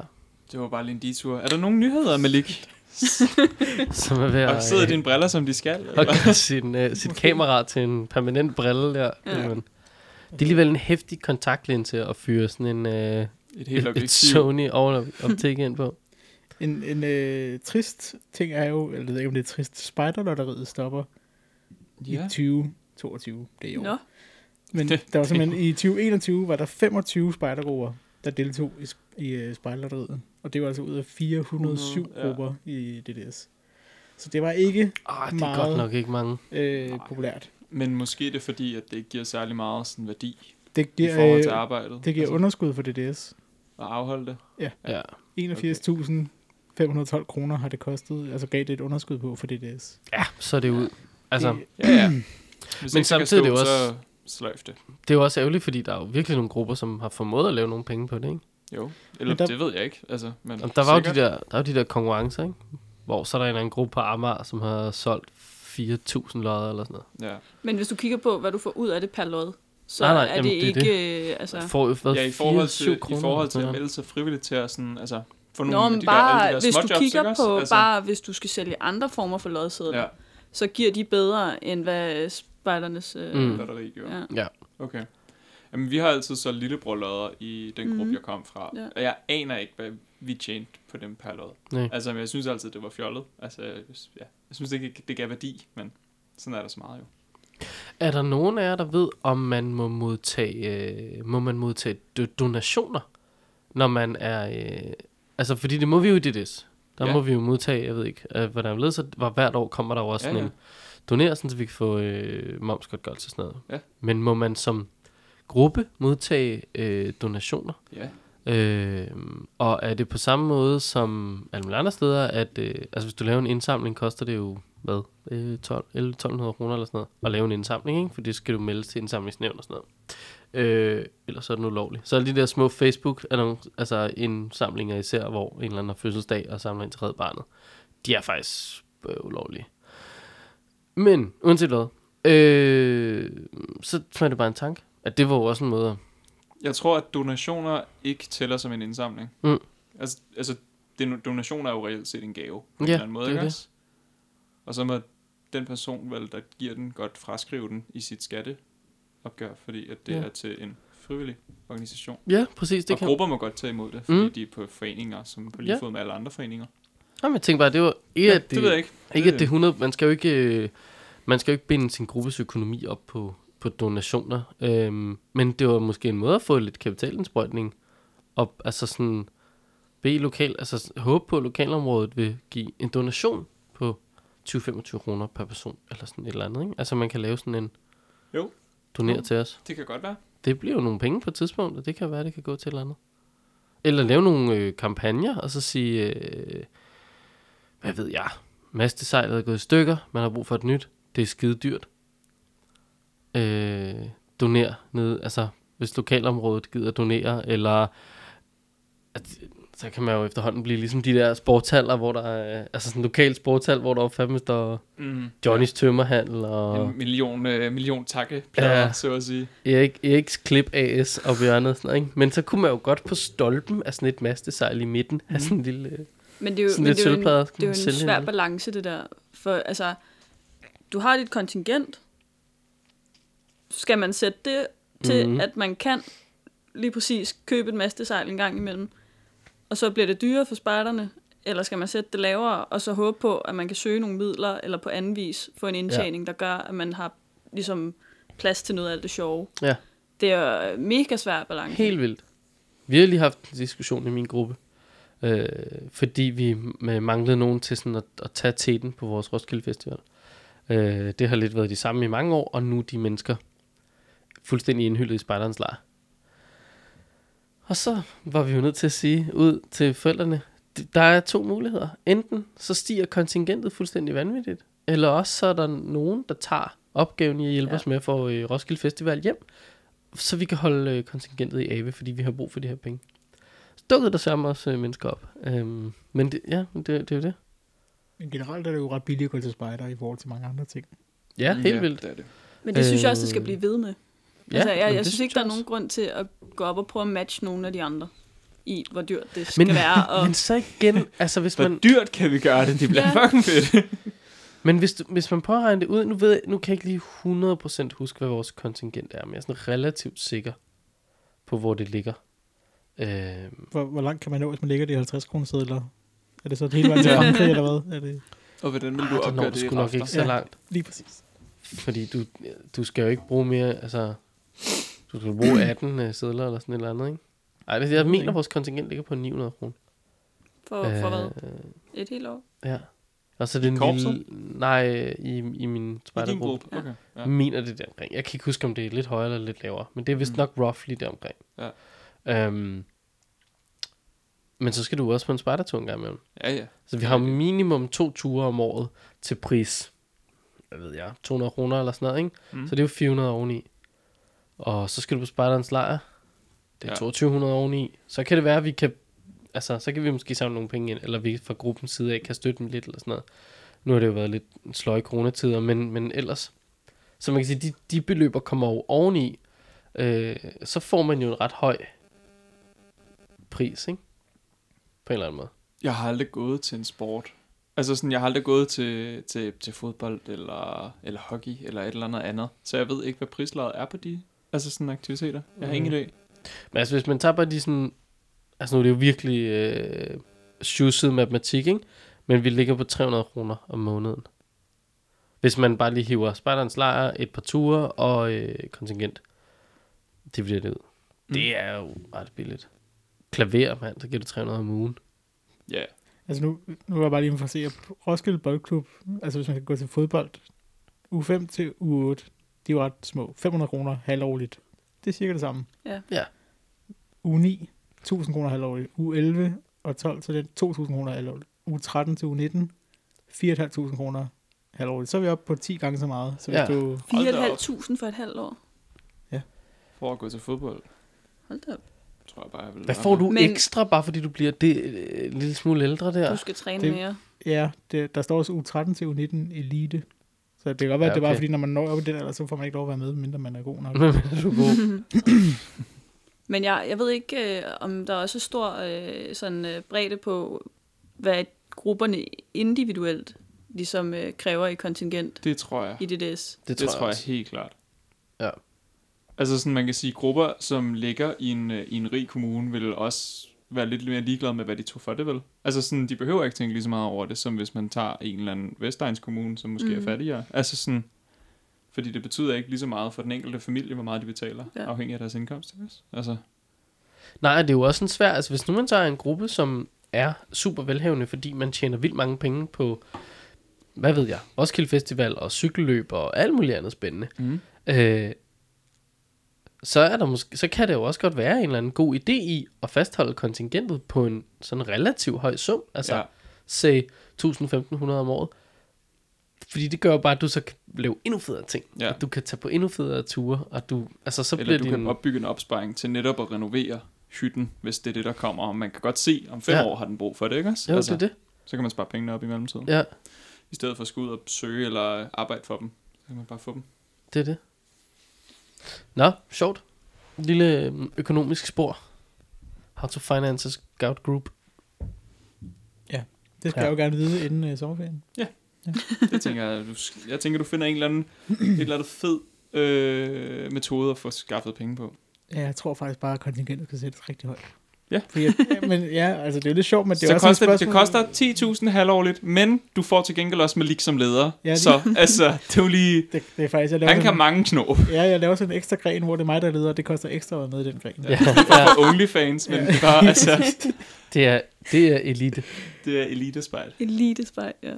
Det var bare lige en detur. Er der nogen nyheder, Malik? så man ved Og at... sidder øh, dine briller, som de skal? at Eller? gøre sin, øh, sit kamera til en permanent brille der. Ja. Ja. Men, det er alligevel en hæftig kontaktlinse at fyre sådan en øh, Et helt et, et objektiv. Sony optik ind på. En, en øh, trist ting er jo, eller jeg ved ikke, om det er trist, spejderlotteriet stopper ja. Ja. i 2022 det år. Nå, Men Det- der var simpelthen, i 2021 var der 25 spejdergrupper, der deltog i, sp- i øh, spejderlotteriet. Og det var altså ud af 407 100, ja. grupper i DDS. Så det var ikke Arh, det er Meget. godt nok ikke mange. øh, Nej. populært. Men måske er det fordi, at det ikke giver særlig meget sådan værdi Det i forhold til giver, øh, arbejdet. det giver altså, underskud for DDS. At afholde det. Ja. 81.512 kroner har det kostet, altså gav det et underskud på for DDS. ja, så er det ud. Altså, det, Ja, ja. Hvis Men ikke det kan samtidig er det stå, jo også- Så sløjf det. det er jo også ærgerligt, fordi der er jo virkelig nogle grupper, som har formået at lave nogle penge på det, ikke? Jo, eller Men der- det ved jeg ikke. Altså, men Jamen, der var jo sikkert. de der, der var jo de der konkurrencer, ikke? Hvor så er der en eller anden gruppe på Amager, som har solgt 4.000 lodder eller sådan noget. Ja. men hvis du kigger på, hvad du får ud af det per lod, så Nej, nej, nej, nej, er det jamen, det er ikke... Det. Altså, Så. Får jo været ja, i forhold 4-7 til, kroner, i forhold til eller at sådan melde sig frivilligt til at sådan, altså, få nogle Nå, af men de der, bare, alle de der hvis du småjobs, kigger ikke også? på, altså, bare hvis du skal sælge andre former for lodsedler, Ja, ja. så giver de bedre, end hvad spejdernes... Øh, Mm. lotteri gjorde. ja. Okay. Jamen, vi har altid så lillebrorlodder i den gruppe, Mhm. jeg kom fra. Ja. Og jeg aner ikke, hvad vi tjente på dem per lod. Nej. Altså, men jeg synes altid, det var fjollet. Altså, jeg synes- ja. jeg synes ikke, det gav værdi, men sådan er der så meget jo. noget. Er der nogen af jer, der ved, om man må modtage, øh, må man modtage do- donationer, når man er... Øh, altså, fordi det må vi jo i DDS. Der Ja. ja. må vi jo modtage, jeg ved ikke, øh, hvordan det er, så hvor hvert år kommer der jo også Ja, ja, sådan ja. en donere, sådan, så vi kan få øh, momsgodtgørelse og sådan noget. Ja. Men må man som gruppe modtage øh, donationer? Ja. Øh, og er det på samme måde som alle mulige andre steder, at øh, altså hvis du laver en indsamling, koster det jo hvad? Øh, 12, 11, 1200 kroner eller sådan noget, at lave en indsamling, ikke? for det skal du melde til indsamlingsnævn og sådan noget. Øh, ellers så er det ulovligt. Så er de der små facebook annonc- altså indsamlinger især, hvor en eller anden har fødselsdag og samler ind til Red Barnet. De er faktisk øh, ulovlige. Men, uanset hvad, øh, så så er det bare en tanke, at det var jo også en måde at Jeg tror, at donationer ikke tæller som en indsamling. Mm. Altså, altså det, donationer er jo reelt set en gave på en Ja, eller anden måde, det er ikke det. også? Og så må den person, vel, der giver den, godt fraskrive den i sit skatteopgør, fordi at det Ja. er til en frivillig organisation. Ja, præcis, det Det og kan grupper må godt tage imod det, fordi Mm. de er på foreninger, som er på lige Ja. fod med alle andre foreninger. Jamen, jeg tænkte bare, det var ikke, ja, at det, det ved jeg ikke. ikke at det er 100, man skal jo ikke, øh, man skal jo ikke binde sin gruppes økonomi op på, på donationer. Øhm, men det var måske en måde at få lidt kapitalindsprøjtning op, altså sådan, bede lokal, altså s- håbe på, at lokalområdet vil give en donation på 20-25 kroner per person, eller sådan et eller andet, ikke? Altså man kan lave sådan en Jo. doner Jo. til os. det kan godt være. Det bliver jo nogle penge på et tidspunkt, og det kan være, det kan gå til et eller andet. Eller lave nogle øh, kampagner, og så sige, øh, hvad ved jeg, mastesejlet er gået i stykker, man har brug for et nyt, det er skide dyrt. Øh, doner ned, altså hvis lokalområdet gider donere, eller at, så kan man jo efterhånden blive ligesom de der sportaller, hvor der er, altså sådan en lokal sportal, hvor der jo fandme står Mm. Johnnys tømmerhandel og En million, øh, million takkeplader, Ja. ja. så at sige. Erik, Eriks Klip AS og hjørnet og sådan noget, ikke? Men så kunne man jo godt på stolpen af sådan et mastesejl i midten have sådan en lille... øh, Men det er jo, Sådan men lidt det er jo en, sølvplader, det kan er jo man sælge en hende svær med. balance, det der. For altså, du har dit kontingent. Skal man sætte det til, Mhm. mm-hmm. at man kan lige præcis købe et mastesejl en gang imellem, og så bliver det dyrere for spejderne, eller skal man sætte det lavere, og så håbe på, at man kan søge nogle midler, eller på anden vis få en indtjening, ja. der gør, at man har ligesom plads til noget af det sjove. Ja. Det er en mega svær balance. Helt vildt. Vi har lige haft en diskussion i min gruppe, øh, fordi vi m- øh, manglede nogen til sådan at, at tage teten på vores Roskilde Festival. Øh, det har lidt været de samme i mange år, og nu er de mennesker fuldstændig indhyldet i spejderens lejr. Og så var vi jo nødt til at sige ud til forældrene, "D- der er to muligheder. Enten så stiger kontingentet fuldstændig vanvittigt, eller også så er der nogen, der tager opgaven i at hjælpe ja. Ja. os med at få øh, Roskilde Festival hjem, så vi kan holde øh, kontingentet i ave, fordi vi har brug for de her penge. Så dukkede der sammen også øh, mennesker op. Øhm, men det, ja, men det, det er jo det. Men generelt er det jo ret billigt at gå til spejder i forhold til mange andre ting. Ja, helt ja. vildt. Det er det. Men det synes jeg også, Øh, det skal blive ved med. Ja, Ja, altså, jeg, jamen, jeg det synes ikke, der er jeg nogen også. grund til at gå op og prøve at matche nogle af de andre i, hvor dyrt det skal Men- være. Og, Men så igen, altså hvis Hvor man... dyrt kan vi gøre det? Det bliver Ja. fucking fedt. Men hvis, du, hvis man prøver at regne det ud, nu, ved jeg, nu kan jeg ikke lige 100% huske, hvad vores kontingent er, men jeg er sådan relativt sikker på, hvor det ligger. Øh, Hvor, hvor langt kan man nå, hvis man ligger de 50 kroner sædler? Er det så det hele vejen til Frankrig, eller hvad? Er det Og hvordan vil du så når opgøre du det? sgu nok ikke Rasmus? så Ja. langt, lige præcis? fordi du, du skal jo ikke bruge mere, altså, du skal bruge 18 øh, sædler eller sådan et eller andet, ikke? Ej, det, jeg mener, vores kontingent ligger på 900 kroner. for, for hvad? Øh, Et helt år? Ja. Og så er det en korpset? lille... Nej, i, i min I din spejdergruppe. gruppe? Okay. Ja. Ja. Mener det der omkring. Jeg kan ikke huske, om det er lidt højere eller lidt lavere. Men det er vist mm. Mm. nok roughly der omkring. Ja. Øhm, men så skal du også på en spejdertur en gang imellem. Ja, ja. Så vi har jo minimum to ture om året til pris. Hvad ved jeg? 200 kroner eller sådan noget, ikke? Mm. Mm. Så det er jo 400 oveni. Og så skal du på spejderens lejr. Det er ja. Ja. 2200 oveni. Så kan det være, at vi kan... Altså, så kan vi måske samle nogle penge ind, eller vi fra gruppens side af kan støtte dem lidt, eller sådan noget. Nu har det jo været lidt sløje coronatider, men, men ellers. Så man kan sige, de, de beløber kommer jo oveni. Øh, så får man jo en ret høj pris, ikke? På en eller anden måde. Jeg har aldrig gået til en sport. Altså sådan, jeg har aldrig gået til, til, til fodbold eller, eller hockey eller et eller andet andet. Så jeg ved ikke, hvad prislaget er på de altså sådan aktiviteter. Jeg har ingen idé. Men altså, hvis man tager bare de sådan... Altså, nu er det jo virkelig øh, sjusset matematik, ikke? Men vi ligger på 300 kroner om måneden. Hvis man bare lige hiver spejderens lejr, et par ture og øh, kontingent. Det bliver det ud. Mm. Det er jo ret billigt. Klaver, mand, så giver det 300 om ugen. Ja. Altså nu, nu er jeg bare lige for at se, at Roskilde Boldklub, altså hvis man kan gå til fodbold, u 5 til u 8, de er jo ret små. 500 kroner halvårligt. Det er cirka det samme. Ja. Ja. U 9, 1000 kroner halvårligt. U 11 og 12, så det er 2000 kroner halvårligt. U 13 til u 19, 4.500 kroner halvårligt. Så er vi oppe på 10 gange så meget. Så hvis Ja. ja. du, Hold da op. 4.500 for et halvt år? For at gå til fodbold, Hold da op. tror jeg bare, jeg vil Hvad får du Men... Men- ekstra, bare fordi du bliver det øh, lille smule ældre der? Du skal træne Det- mere. ja, det, der står også u 13 til u 19 elite. Så det kan godt være, Ja, ja, okay. det er bare okay. fordi, når man når op i den alder, så får man ikke lov at være med, mindre man er god Mhm. nok. Men du er god. Men jeg, jeg ved ikke, øh, om der er også stor øh, sådan, øh, bredde på, hvad grupperne individuelt ligesom, øh, kræver i kontingent Det tror jeg. i DDS. Det tror jeg Det tror, det tror jeg, også. jeg helt klart. Ja. Altså sådan, man kan sige, grupper, som ligger i en, øh, i en rig kommune, vil også være lidt mere ligeglade med, hvad de tog for det, vel? Altså sådan, de behøver ikke tænke lige så meget over det, som hvis man tager en eller anden Vestegns kommune, som måske mm. er Mhm. fattigere. Altså sådan, fordi det betyder ikke lige så meget for den enkelte familie, hvor meget de betaler, Ja. ja. afhængig af deres indkomst. ikke også? Altså, Nej, det er jo også en svær... Altså, hvis nu man tager en gruppe, som er super velhavende, fordi man tjener vildt mange penge på, hvad ved jeg, Roskilde Festival og cykelløb og alt muligt andet spændende, mm. øh, så, er der måske, så kan det jo også godt være en eller anden god idé i at fastholde kontingentet på en sådan relativt høj sum. Altså, ja. Ja. say 1.500 om året. Fordi det gør jo bare, at du så kan lave endnu federe ting. Ja. At du kan tage på endnu federe ture, og du, altså, så Eller bliver du din... kan opbygge en opsparing til netop at renovere hytten, hvis det er det, der kommer. Og man kan godt se, om fem Ja. ja. år har den brug for det, ikke også? Jo, altså, det er det. Så kan man spare pengene op i mellemtiden. Ja, I stedet for at skulle ud og søge eller arbejde for dem. Så kan man bare få dem. det er det. Nå, sjovt. En lille øhm, økonomisk spor. How to finance a scout group. Det skal Ja. ja. jeg jo gerne vide inden øh, sommerferien. Det tænker jeg, du, sk- jeg tænker, du finder en eller anden, et eller andet fed øh, metode at få skaffet penge på. Ja, jeg tror faktisk bare, at kontingentet kan sættes rigtig højt. Ja. Fordi, jeg- men ja, altså det er jo lidt sjovt, men det er Det, jo det, også et koster, det spørgsmål. koster 10.000 halvårligt, men du får til gengæld også Malik som leder. Ja, Ja, lige- så altså, det er jo lige... Det, det er faktisk, jeg laver, Han kan sådan, mange knop ja, jeg laver sådan en ekstra gren, hvor det er mig, der leder, og det koster ekstra at være med i den gren. Ja. ja. for OnlyFans, men det er bare, altså, Det, er, det er elite. det er elitespejl. Elitespejl, ja.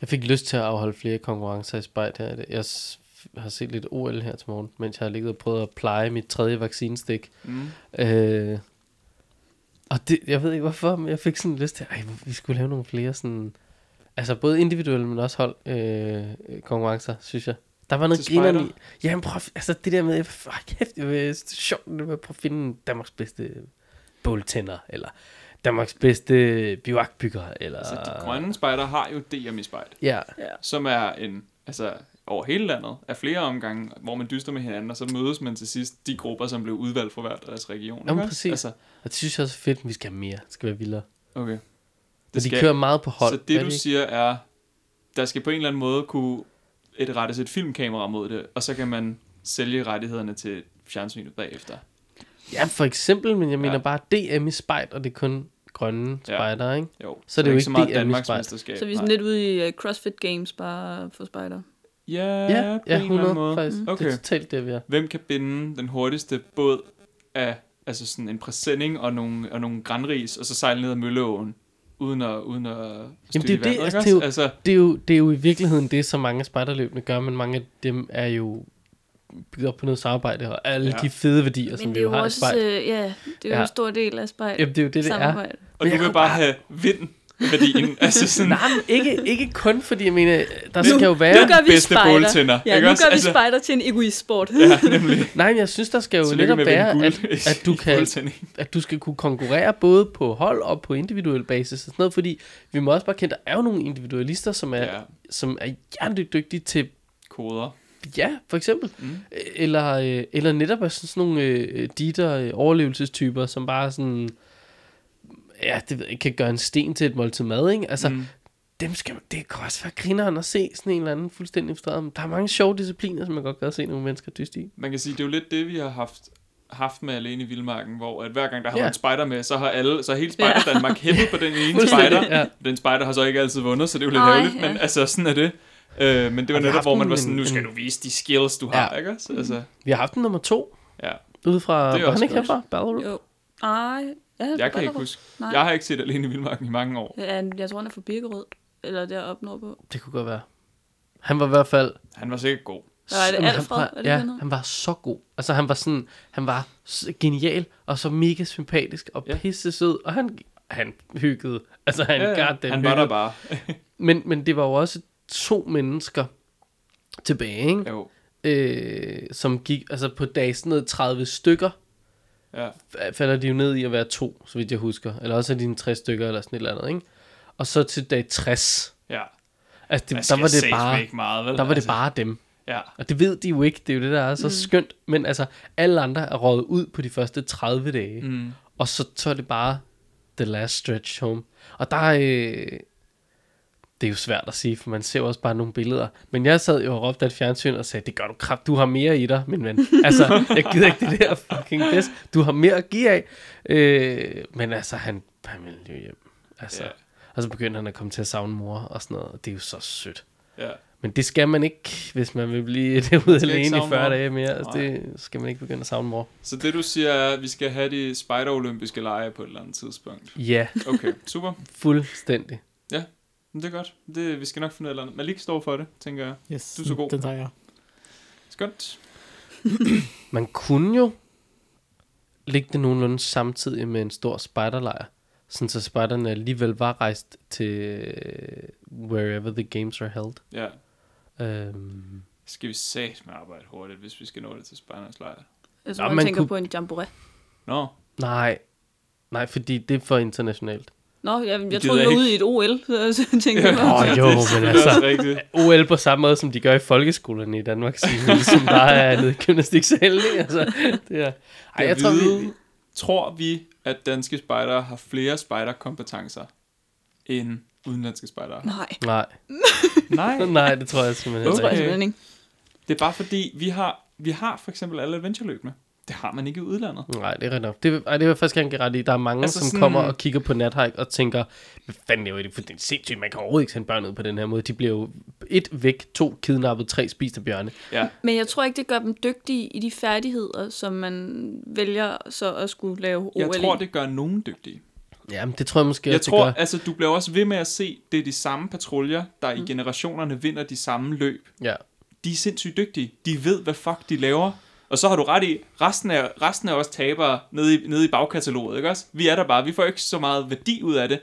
Jeg fik lyst til at afholde flere konkurrencer i spejt her. i dag. Jeg s- har set lidt OL her til morgen, mens jeg har ligget og prøvet at pleje mit tredje vaccinestik. Mm. Øh, og det, jeg ved ikke hvorfor, men jeg fik sådan lyst til, at vi skulle lave nogle flere sådan... Altså både individuelle, men også hold øh, konkurrencer, synes jeg. Der var noget Til spejder? grinerne i. Jamen prøv, altså det der med, jeg, for kæft, det var sjovt, det var at prøve at finde Danmarks bedste båltænder, eller Danmarks bedste biwakbygger, eller... Altså, Ah. de grønne spejder har jo DM i spejl, Ja, som er en, altså, over hele landet, af flere omgange, hvor man dyster med hinanden, og så mødes man til sidst de grupper, som blev udvalgt fra hver deres region. ikke Jamen, også? præcis. Altså, og det synes jeg også er fedt, men vi skal have mere. Det skal være vildere. okay. Men de kører meget på hold. så er det, du ikke? siger, er, der skal på en eller anden måde kunne et rettes et filmkamera mod det, og så kan man sælge rettighederne til fjernsynet bagefter. Ja, for eksempel, men jeg mener Ja. bare DM i spejt, og det er kun grønne Ja. spejder, ikke? Jo, Så er det jo ikke DM i Danmarks spejl. mesterskab. Så vi er sådan nej. lidt ude i øh, CrossFit Games bare for spejder. Ja, Ja, på ja, en eller 100 anden måde. faktisk. Mm. Okay. Det er Okay. totalt det, vi er. Hvem kan binde den hurtigste båd af altså sådan en præsending og nogle, og nogle granris, og så sejle ned ad Mølleåen, uden at, uden at Jamen, det er jo det, altså, det er jo- altså, Det er, jo, det er jo i virkeligheden det, som mange af spejderløbene gør, men mange af dem er jo bygget op på noget samarbejde, og alle ja. Ja. de fede værdier, som Men vi det er jo jo har i også, spejl. øh, ja, det er jo Ja. en stor del af spejl. Jamen, det er jo det, det er. samarbejde. og du jeg vil kunne bare have vind værdien. altså sådan, Nej, men ikke, ikke kun, fordi jeg mener, der skal Nu- jo Nu være... gør vi bedste spejder. båltænder, Ja, ikke nu også? gør vi Altså- spejder til en egoist-sport. ja, nemlig. Nej, men jeg synes, der skal jo Tillykke netop med at vinde være, at, guld i- at, du i kan, bådtænding. at du skal kunne konkurrere både på hold og på individuel basis og sådan noget, fordi vi må også bare kende, der er jo nogle individualister, som er, ja. Ja, som er hjernedygtige til koder. Ja, for eksempel. Mm. Mm. Eller, øh, eller netop er sådan sådan nogle øh, dieter, øh, overlevelsestyper, som bare sådan, ja, det ved jeg, ikke, kan gøre en sten til et måltid mad, ikke? Altså, mm. Mm. dem skal, man- det kan også være grineren at se sådan en eller anden fuldstændig frustreret. Men der er mange sjove discipliner, som man godt kan se nogle mennesker dyste i. Man kan sige, det er jo lidt det, vi har haft haft med Alene i Vildmarken, hvor at hver gang der har Ja. været en spejder med, så har alle, så er hele spejder Danmark hæppet på den ene Fuldstændig, spejder. ja. Den spejder har så ikke altid vundet, så det er jo lidt Nej, ærgerligt, ja. men altså sådan er det. Øh, men det var Og vi har netop, hvor haft man var en- sådan, nu skal en- du vise de skills, du har, ikke også? Altså, Vi har haft den nummer to, ja. ude fra, Det er var også han ikke godt. herfra? Ballerup? Jo. Ej. Ja, Jeg kan ikke Ballerup. huske. Nej. Jeg har ikke set Alene i Vildmarken i mange år. Ja, jeg tror, han er fra Birkerød. Eller deroppe nordpå. Det kunne godt være. Han var i hvert fald... Han var sikkert god. Nå, er det Jamen, Alfred? Han Er var, det ja, det, han hed? han var så god. Altså, han var sådan, han var s- genial, og så mega sympatisk, og Ja. pisse sød, og han, han hyggede. Altså, han, ja, God, han var der bare. Men, men det var jo også to mennesker tilbage, ikke? Jo. Øh, som gik, altså på dag sådan noget 30 stykker, Ja. f- falder de jo ned i at være to, så vidt jeg husker. Eller også er de en 60 stykker, eller sådan et eller andet, ikke? Og så til dag 60, ja. altså, det, Man der skal var det satme bare, Ikke meget, vel? der var det Altså, bare dem. Ja. Og det ved de jo ikke, det er jo det, der er så mm. skønt. Men altså, alle andre er røget ud på de første 30 dage. Mm. Og så tager det bare the last stretch home. Og der er... Øh, det er jo svært at sige, for man ser jo også bare nogle billeder. Men jeg sad jo og råbte af et fjernsyn og sagde, det gør du kraft, du har mere i dig, min ven. Altså, jeg gider ikke det der fucking pis. Du har mere at give af. Øh, men altså, han, han ville jo hjem. Altså, Ja. yeah. Og så begyndte han at komme til at savne mor og sådan noget. Og det er jo så sødt. Ja. Men det skal man ikke, hvis man vil blive derude ikke alene i savne 40 mor. dage mere. Altså, Nej. det skal man ikke begynde at savne mor. Så det du siger er, at vi skal have de spider-olympiske lege på et eller andet tidspunkt. Ja, Okay, super. fuldstændig. Men det er godt. Det, vi skal nok finde ud af et eller andet. Malik står for det, tænker jeg. Yes, Du er så god. Den tager jeg. Skønt. Man kunne jo lægge det nogenlunde samtidig med en stor spejderlejr. Sådan så spejderne alligevel var rejst til øh, wherever the games are held. Ja. Øhm, Skal vi sæt med arbejde hurtigt, hvis vi skal nå det til spejdernes lejr? Jeg Nå, tror, Nå, man man tænker kunne- på en jamboree. Nå, Nej. Nej, fordi det er for internationalt. Nå, jeg, jeg gider troede, du var ikke. ude i et OL, så, så tænkte jeg, Åh, ja. jo, det er men selvfølgelig altså- også rigtigt. OL på samme måde, som de gør i folkeskolerne i Danmark, sige, som der er nede i gymnastiksalen. ikke? Altså, det er... Ej, jeg tror, vi... tror vi, at danske spejdere har flere spejderkompetencer end udenlandske spejdere? Nej, Nej, Nej, nej, det tror jeg simpelthen det tror heller ikke. jeg simpelthen ikke. det er bare fordi, vi har, vi har for eksempel alle adventureløbene. Det har man ikke i udlandet. Nej, det er rigtigt nok. Det, ej, det vil jeg faktisk gerne give ret i. Der er mange, Altså altså, som sådan... sådan- kommer og kigger på nathike og tænker, hvad fanden laver I det? For det er sindssygt, man kan overhovedet ikke sende børn ud på den her måde. De bliver jo et væk, to kidnappet, tre spist af bjørne. Ja, Men jeg tror ikke, det gør dem dygtige i de færdigheder, som man vælger så at skulle lave OL jeg tror, i. det gør nogen dygtige. Jamen, E. det tror jeg måske Jeg også, tror, det gør. altså, du bliver også ved med at se, det er de samme patruljer, der Mm. i generationerne vinder de samme løb. Ja. De er sindssygt dygtige. De ved, hvad fuck de laver. Og så har du ret i, resten af, resten af os tabere nede i, nede i bagkataloget, ikke også? Vi er der bare, vi får ikke så meget værdi ud af det.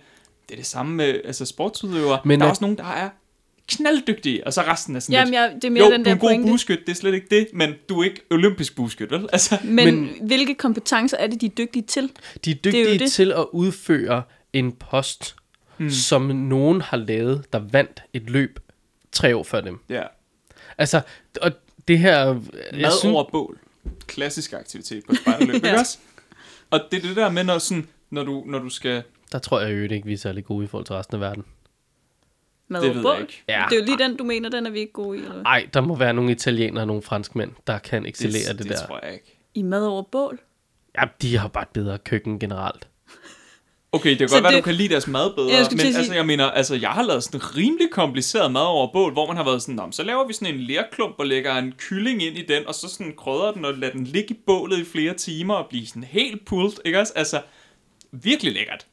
Det er det samme med altså, sportsudøvere. Men Men der er at- også nogen, der er knalddygtige, og så resten er sådan Jamen, lidt, jeg, det er mere jo, den du er der en god pointe. buskyt, det er slet ikke det, men du er ikke olympisk buskyt, vel? Altså, Men, men hvilke kompetencer er det, de er dygtige til? De er er jo dygtige det. til at udføre en post, mm. som nogen har lavet, der vandt et løb tre år før dem. ja. Altså, og det her... Mad synes... over bål. Klassisk aktivitet på et spejderløb, Ja. ikke også? Og det er det der med, når, sådan, når, du, når du skal... Der tror jeg jo ikke, vi er særlig gode i forhold til resten af verden. Mad Det og ved bål? jeg ikke. Ja. Det er jo lige den, du mener, den er vi ikke gode i. Eller? hvad? Ej, der må være nogle italienere og nogle franskmænd, der kan excellere det, det der. tror jeg ikke. I mad over bål? Ja, de har bare et bedre køkken generelt. Okay, det kan Så godt være, det- du kan lide deres mad bedre, Ja, jeg ja, skulle men til at sige- altså, jeg mener, altså, jeg har lavet sådan en rimelig kompliceret mad over bål, hvor man har været sådan, "Nå, men så laver vi sådan en lerklump og lægger en kylling ind i den, og så sådan krydder den og lader den ligge i bålet i flere timer og blive sådan helt pult, ikke også? Altså, virkelig lækkert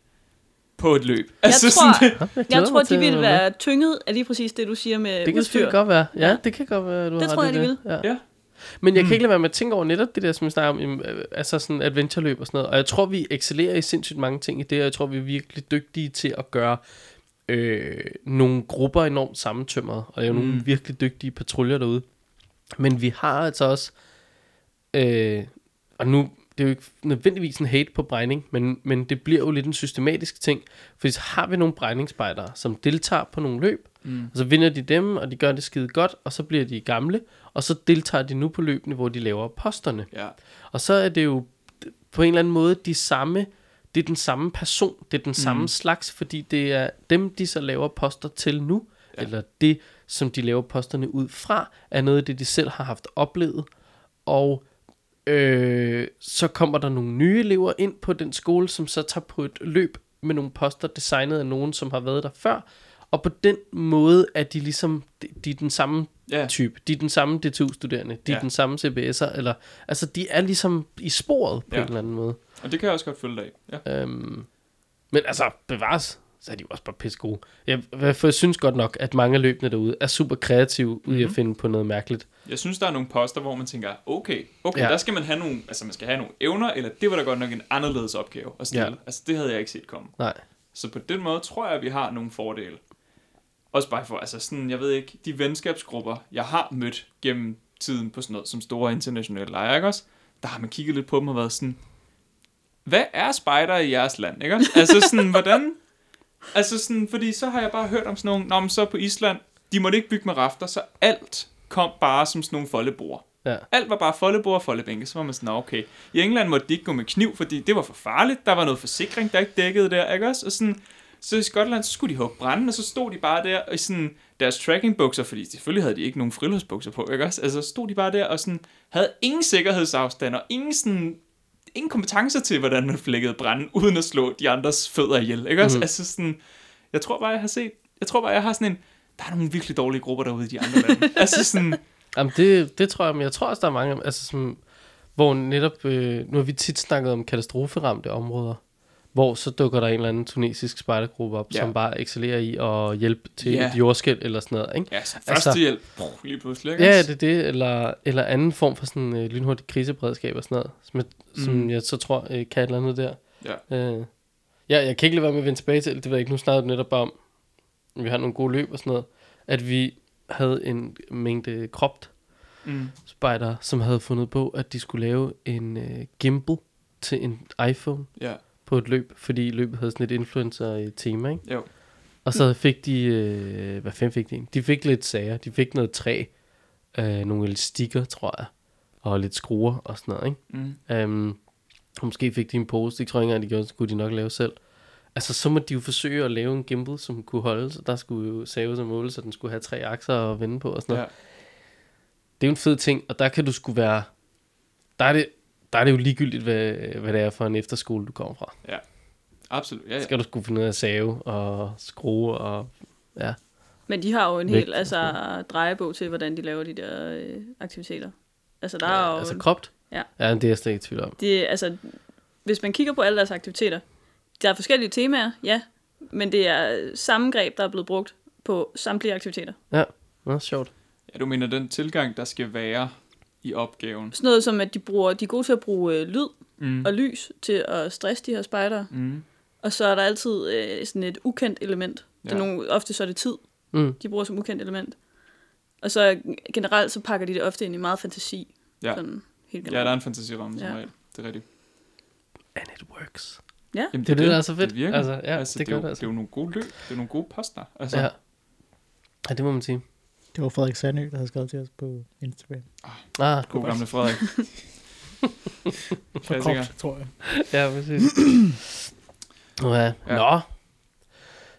på et løb. Jeg altså, tror, det, Jeg, jeg glæder tror mig til de at ville være med. være tynget af lige præcis det, du siger med Det kan udstyr. selvfølgelig godt være. Ja, det kan godt være, du Det har tror ret jeg, i de det. Ja. ja. Men jeg kan ikke lade være med at tænke over netop det der, som vi snakker om, jamen, øh, altså sådan adventureløb og sådan noget. Og jeg tror, vi excellerer i sindssygt mange ting i det, og jeg tror, vi er virkelig dygtige til at gøre øh, nogle grupper enormt sammentømrede, og lave mm. nogle virkelig dygtige patruljer derude. Men vi har altså også, øh, og nu, det er jo ikke nødvendigvis en hate på bregning, men, men det bliver jo lidt en systematisk ting, fordi så har vi nogle bregningsspejdere, som deltager på nogle løb, mm. og så vinder de dem, og de gør det skide godt, og så bliver de gamle, og så deltager de nu på løbene, hvor de laver posterne. ja. Og så er det jo på en eller anden måde de samme, det er den samme person, det er den samme slags, fordi det er dem, de så laver poster til nu, ja. eller det, som de laver posterne ud fra, er noget af det, de selv har haft oplevet, og øh, så kommer der nogle nye elever ind på den skole, som så tager på et løb med nogle poster designet af nogen, som har været der før, og på den måde er de ligesom, de, de er den samme Ja. type. De er den samme DTU-studerende, de Ja. er den samme CBS'er, eller, altså de er ligesom i sporet på Ja. ja. en eller anden måde. Og det kan jeg også godt følge dig i. Ja. Øhm, men altså, bevares, så er de jo også bare pisse gode. Jeg, for jeg synes godt nok, at mange af løbende derude er super kreative, mm-hmm. Mhm. ude i at finde på noget mærkeligt. Jeg synes, der er nogle poster, hvor man tænker, okay, okay, ja. Ja. der skal man have nogle, altså man skal have nogle evner, eller det var da godt nok en anderledes opgave at stille. Ja. Ja. Altså det havde jeg ikke set komme. Nej. Så på den måde tror jeg, at vi har nogle fordele. Også bare for, altså sådan, jeg ved ikke, de venskabsgrupper, jeg har mødt gennem tiden på sådan noget som store internationale lejre, ikke også? Der har man kigget lidt på dem og været sådan, hvad er spejder i jeres land, ikke også? Altså sådan, hvordan... Altså sådan, fordi så har jeg bare hørt om sådan nogle, nå, men så på Island, de måtte ikke bygge med rafter, så alt kom bare som sådan nogle foldebord. Ja. Alt var bare foldebord og foldebænke, så var man sådan, "Nå, okay. I England måtte de ikke gå med kniv, fordi det var for farligt. Der var noget forsikring, der ikke dækkede der, ikke også? Og sådan, så i Skotland, så skulle de hugge branden, og så stod de bare der i sådan deres trackingbukser, fordi selvfølgelig havde de ikke nogen friluftsbukser på, ikke også? Altså, så stod de bare der og sådan, havde ingen sikkerhedsafstand og ingen sådan ingen kompetencer til, hvordan man flækkede branden, uden at slå de andres fødder ihjel, ikke også? Mm. Altså sådan, jeg tror bare, jeg har set, jeg tror bare, jeg har sådan en, der er nogle virkelig dårlige grupper derude i de andre lande. altså sådan, Jamen det, det tror jeg, men jeg tror også, der er mange, altså som, hvor netop, øh, nu har vi tit snakket om katastroferamte områder, hvor så dukker der en eller anden tunesisk spejdergruppe op, Ja. ja. som bare excellerer i at hjælpe til Ja. ja. et jordskæld eller sådan noget, ikke? ja, så Altså- førstehjælp, altså, lige pludselig, ikke Ja, også? det er det, eller, eller anden form for sådan øh, lynhurtig kriseberedskab og sådan noget, som jeg, mm. som jeg så tror øh, kan et eller andet der. Ja. Øh, ja, jeg kan ikke lade være med at vende tilbage til, det ved jeg ikke, nu snakker du netop bare om, at vi har nogle gode løb og sådan noget, at vi havde en mængde kropt, Mm. spejder, som havde fundet på, at de skulle lave en øh, gimbal til en iPhone Ja, på et løb, fordi løbet havde sådan et influencer-tema, ikke? jo. Og så fik de, øh, hvad fanden fik de egentlig? De fik lidt sager, de fik noget træ, øh, nogle elastikker, tror jeg, og lidt skruer og sådan noget, ikke? Mm. Um, og måske fik de en pose, det tror jeg ikke engang, de gjorde, så kunne de nok lave selv. Altså, så må de jo forsøge at lave en gimbal, som kunne holde, så der skulle jo saves og måles, så den skulle have tre akser at vende på og sådan noget. Ja. Det er jo en fed ting, og der kan du sgu være... Der er det, der er det jo ligegyldigt, hvad, hvad det er for en efterskole, du kommer fra. Absolut, ja, Ja. ja. Skal du skulle finde ud af at save og skrue og... Ja. Men de har jo en Vægt hel altså, drejebog til, hvordan de laver de der øh, aktiviteter. Altså, der er ja jo... altså kropt. Ja. ja, men det er jeg slet ikke i tvivl om. det, altså, hvis man kigger på alle deres aktiviteter, der er forskellige temaer, ja, men det er øh, samme greb, der er blevet brugt på samtlige aktiviteter. Nå, sjovt. ja, du mener den tilgang, der skal være i opgaven. Sådan noget som, at de, bruger, de er gode til at bruge øh, lyd Mm. og lys til at stresse de her spejdere, Mm. og så er der altid øh, sådan et ukendt element. Ja. Det er Ja. nogle, ofte så er det tid, Mm. de bruger som ukendt element. Og så generelt, så pakker de det ofte ind i meget fantasi. Ja. Sådan helt Ja, der generelt. er en fantasiramme som Ja. regel. Det er rigtigt. And it works. Jamen, Det er det, der er så Det fedt. virker. altså, ja, altså, det, er gør jo, det altså. Det er jo nogle gode løb. Det er nogle gode poster. Altså, Ja. ja, det må man sige. Det var Frederik Sandø, der havde skrevet til os på Instagram. Ah, God gamle Frederik. For Klassiker. kort, tror jeg. Ja, præcis. ja. Ja. Nå.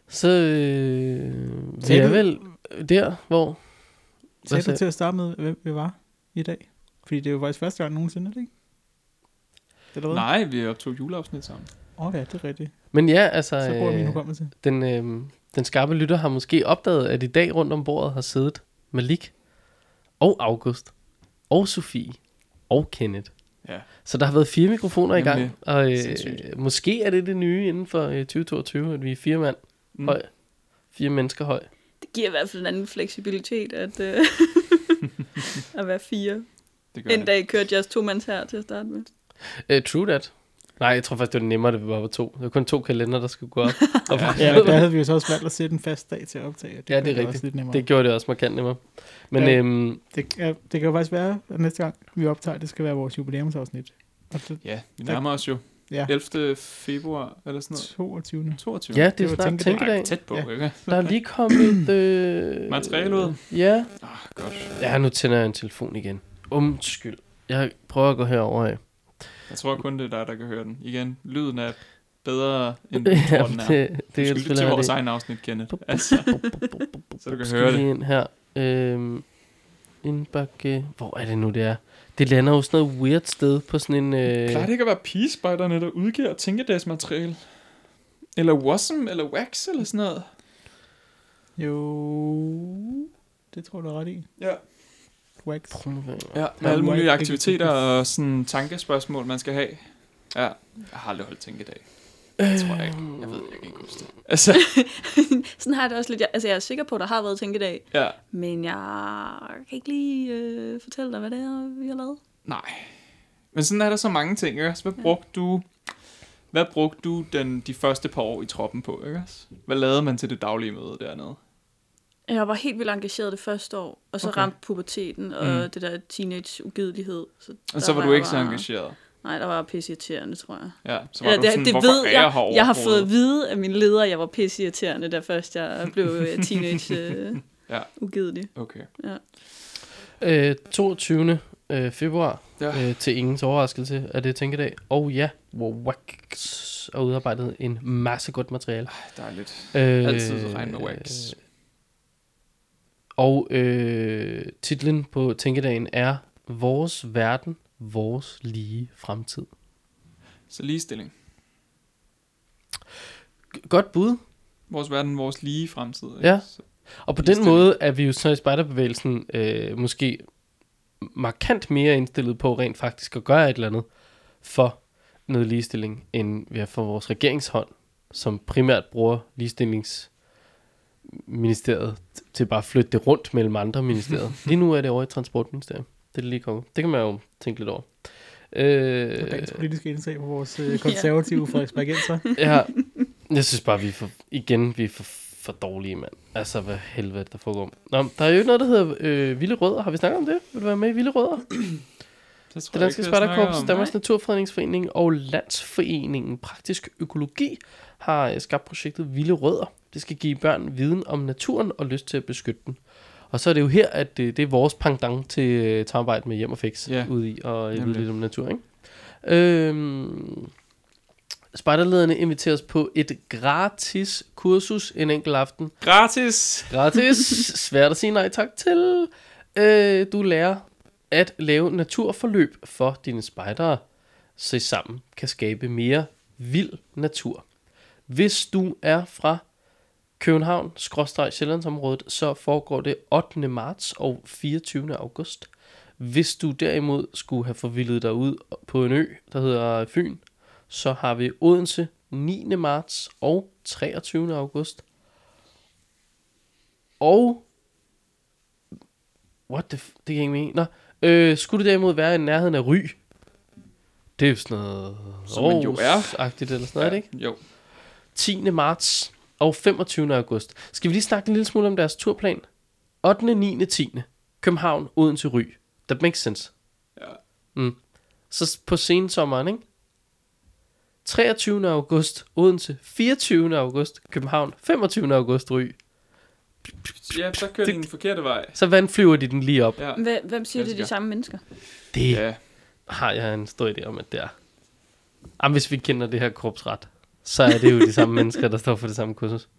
Så øh, vi Sagde er du- vel der, hvor... Sagde sagde- du til at starte med, hvem vi var i dag? Fordi det er jo faktisk første gang nogensinde, er det ikke? Eller hvad? Nej, vi optog juleafsnit sammen. Åh oh, ja, det er rigtigt. Men ja, altså, Så bruger jeg min øh, hukommelse. den, øh, den skarpe lytter har måske opdaget, at i dag rundt om bordet har siddet Malik og August og Sofie og Kenneth. Ja. Så der har været fire mikrofoner i gang, Nemlig. og Sindssygt. øh, måske er det det nye inden for øh, 2022, at vi er fire mand Mm. høj, fire mennesker høj. Det giver i hvert fald en anden fleksibilitet, at, øh, at være fire Det gør En det. dag kørte jeres to mands her til at starte med. Uh, true that. Nej, jeg tror faktisk, det var nemmere, at vi bare var to. Der var kun to kalender, der skulle gå op. Og bare- Ja, der havde vi jo så også valgt at sætte en fast dag til at optage. og Ja, det er gør rigtigt. Også lidt nemmere. det gjorde det også markant nemmere. Men Ja. øhm, Det, ja, det kan jo faktisk være, at næste gang vi optager, det skal være vores jubilæumsafsnit. Og det Ja, vi nærmer os jo. Ja. 11. februar, eller sådan noget. 22. 22. ja, det er var snart tænkedag. tænkedag. Ej, tæt på, Ja. ikke? Der er lige kommet... Øh, Materiale ud. Ja. Ah, godt. ja, nu tænder jeg en telefon igen. Undskyld. Jeg prøver at gå herover af. Jeg tror kun, det er dig, der kan høre den. Igen, lyden er bedre, end du tror, den er. det, Det det er er selvfølgelig til vores egen afsnit, Kenneth. Altså, så du kan Skal høre lige det. ind her. Øhm, indbakke... Hvor er det nu, det er? Det lander jo sådan noget weird sted på sådan en... Øh, Plejer det ikke at være pigespejderne, der udgiver tænkedagsmateriale? Eller Wasm, eller Wax, eller sådan noget? Jo, det tror jeg, du er ret i. Ja. Wax. Prøv- Ja, Der med er alle mulige white- aktiviteter og sådan tankespørgsmål, man skal have. Ja, jeg har aldrig holdt tænkedag. Det tror jeg ikke. Jeg ved, jeg kan ikke huske det. Altså, Sådan har jeg det også lidt. Jeg, altså, jeg er sikker på, at der har været tænkedag, ja. men jeg kan ikke lige øh, fortælle dig, hvad det er, vi har lavet. Nej. Men sådan er der så mange ting, ikke? også? Hvad brugte du... Hvad brugte du den, de første par år i troppen på, ikke? også? Hvad lavede man til det daglige møde dernede? Jeg var helt vildt engageret det første år, og så Okay. okay. ramte puberteten og Mm. mm. det der teenage-ugidelighed. Så der Og så var du jeg ikke så bare- engageret. Nej, der var pisseirriterende, tror jeg. Ja, så var Eller, du det, sådan, det hvorfor ved er jeg, jeg her jeg har fået at overhovedet?" vide af min leder, at jeg var pisseirriterende, da først jeg blev øh, teenage-ugidelig. Ja. Øh, ugidelig. Okay. Øh, 22. Øh, februar, Ja. ja. øh, til ingens overraskelse, er det tænkedag. Og ja, Wax har udarbejdet en masse godt materiale. Dejligt. Øh, Altid regn med wax. Og øh, titlen på tænkedagen er Vores verden, vores lige fremtid. Så ligestilling. G- Godt bud. Vores verden, vores lige fremtid. Ja. Så, Og på den Ligestilling. måde er vi jo så i spejderbevægelsen øh, måske markant mere indstillet på rent faktisk at gøre et eller andet for noget ligestilling, end vi er for vores regeringshånd, som primært bruger ligestillingsministeriet t- til bare at flytte det rundt mellem andre ministerier. Lige nu er det over i transportministeriet. Det er det lige kommet. Det kan man jo tænke lidt over. Det var Øh, dagens politiske indslag på vores øh, konservative Frederiksbergenser. ja, jeg synes bare, vi er for, igen, vi er for for dårlige, mand. Altså, hvad helvede der foregår. Nå, der er jo noget, der hedder øh, Vilde Rødder. Har vi snakket om det? Vil du være med i Vilde Rødder? Det tror Det jeg Danske ikke, jeg snakker Spejderkorps, om. Danmarks Naturfredningsforening og Landsforeningen Praktisk Økologi har øh, skabt projektet Vilde Rødder. Det skal give børn viden om naturen og lyst til at beskytte den. Og så er det jo her, at øh, det, det er vores pendant til øh, et samarbejde med Hjem og Fix Ja, yeah. ude i og øh, vide nemlig. lidt om natur, ikke? Øhm, spejderlederne inviteres på et gratis kursus en enkelt aften Gratis! Gratis. Svært at sige nej tak til. Øh, du lærer at lave naturforløb for dine spejdere, så I sammen kan skabe mere vild natur. Hvis du er fra København, skråstreg Sjællandsområdet, så foregår det 8. marts og 24. august. Hvis du derimod skulle have forvildet dig ud på en ø, der hedder Fyn, så har vi Odense 9. marts og 23. august. Og... What the... F- det kan jeg ikke mene. Nå. Øh, skulle det derimod være i nærheden af Ry? Det er jo sådan noget... Som man jo er. Aarhus-agtigt eller sådan noget, er det ikke? Jo. 10. marts og 25. august. Skal vi lige snakke en lille smule om deres turplan? 8., 9., 10. København, Odense, Ry. That makes sense. Ja. Mm. Så s- på sensommeren, ikke? 23. august, Odense. 24. august, København. 25. august, Ry. Ja, så kører det... den forkerte vej. Så vandflyver de den lige op. Ja. Hvem, hvem siger, det er Elsker. de samme mennesker? Det ja. har jeg en stor idé om, at det er. Jamen, hvis vi kender det her korpsret, så er det jo de samme mennesker, der står for det samme kursus.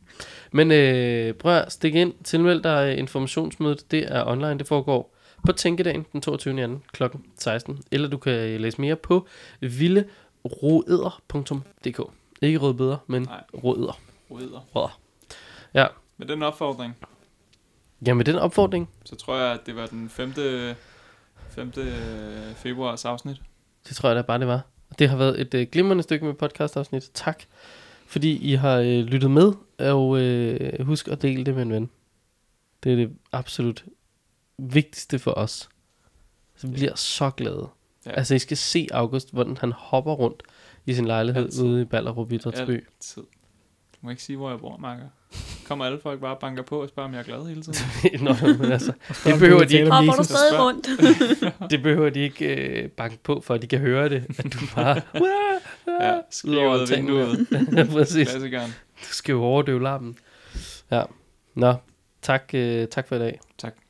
Men øh, prøv at stikke ind, tilmeld dig øh, informationsmødet, det er online, det foregår på Tænkedagen den 22. 2. kl. 16. Eller du kan øh, læse mere på villeroeder.dk Ikke rødbeder, men Nej. rødder. Rødder. rødder. Ja, Med den opfordring, jamen den opfordring, så tror jeg, at det var den 5. 5. februars afsnit. Det tror jeg da bare, det var. Det har været et øh, glimrende stykke med podcastafsnit. Tak, fordi I har øh, lyttet med, og øh, husk at dele det med en ven. Det er det absolut vigtigste for os. Så vi bliver så glade. Ja. Ja. Altså, I skal se August, hvordan han hopper rundt i sin lejlighed Altid. Altid. ude i Ballerup Idrætsby. Ja. Altid. Du må ikke sige, hvor jeg bor, Marker. Kommer alle folk bare og banker på og spørger, om jeg er glad hele tiden? Nå, men altså, Om det du behøver vil de ikke tale om Hopper du Jesus. stadig spørg. rundt? det behøver de ikke øh, banke på, for de kan høre det, at du bare... Ja, skriv Udover ud af tingene. vinduet. Præcis. Klassikeren. Du skal jo overdøve larmen. Ja. Nå, tak, øh, tak for i dag. Tak.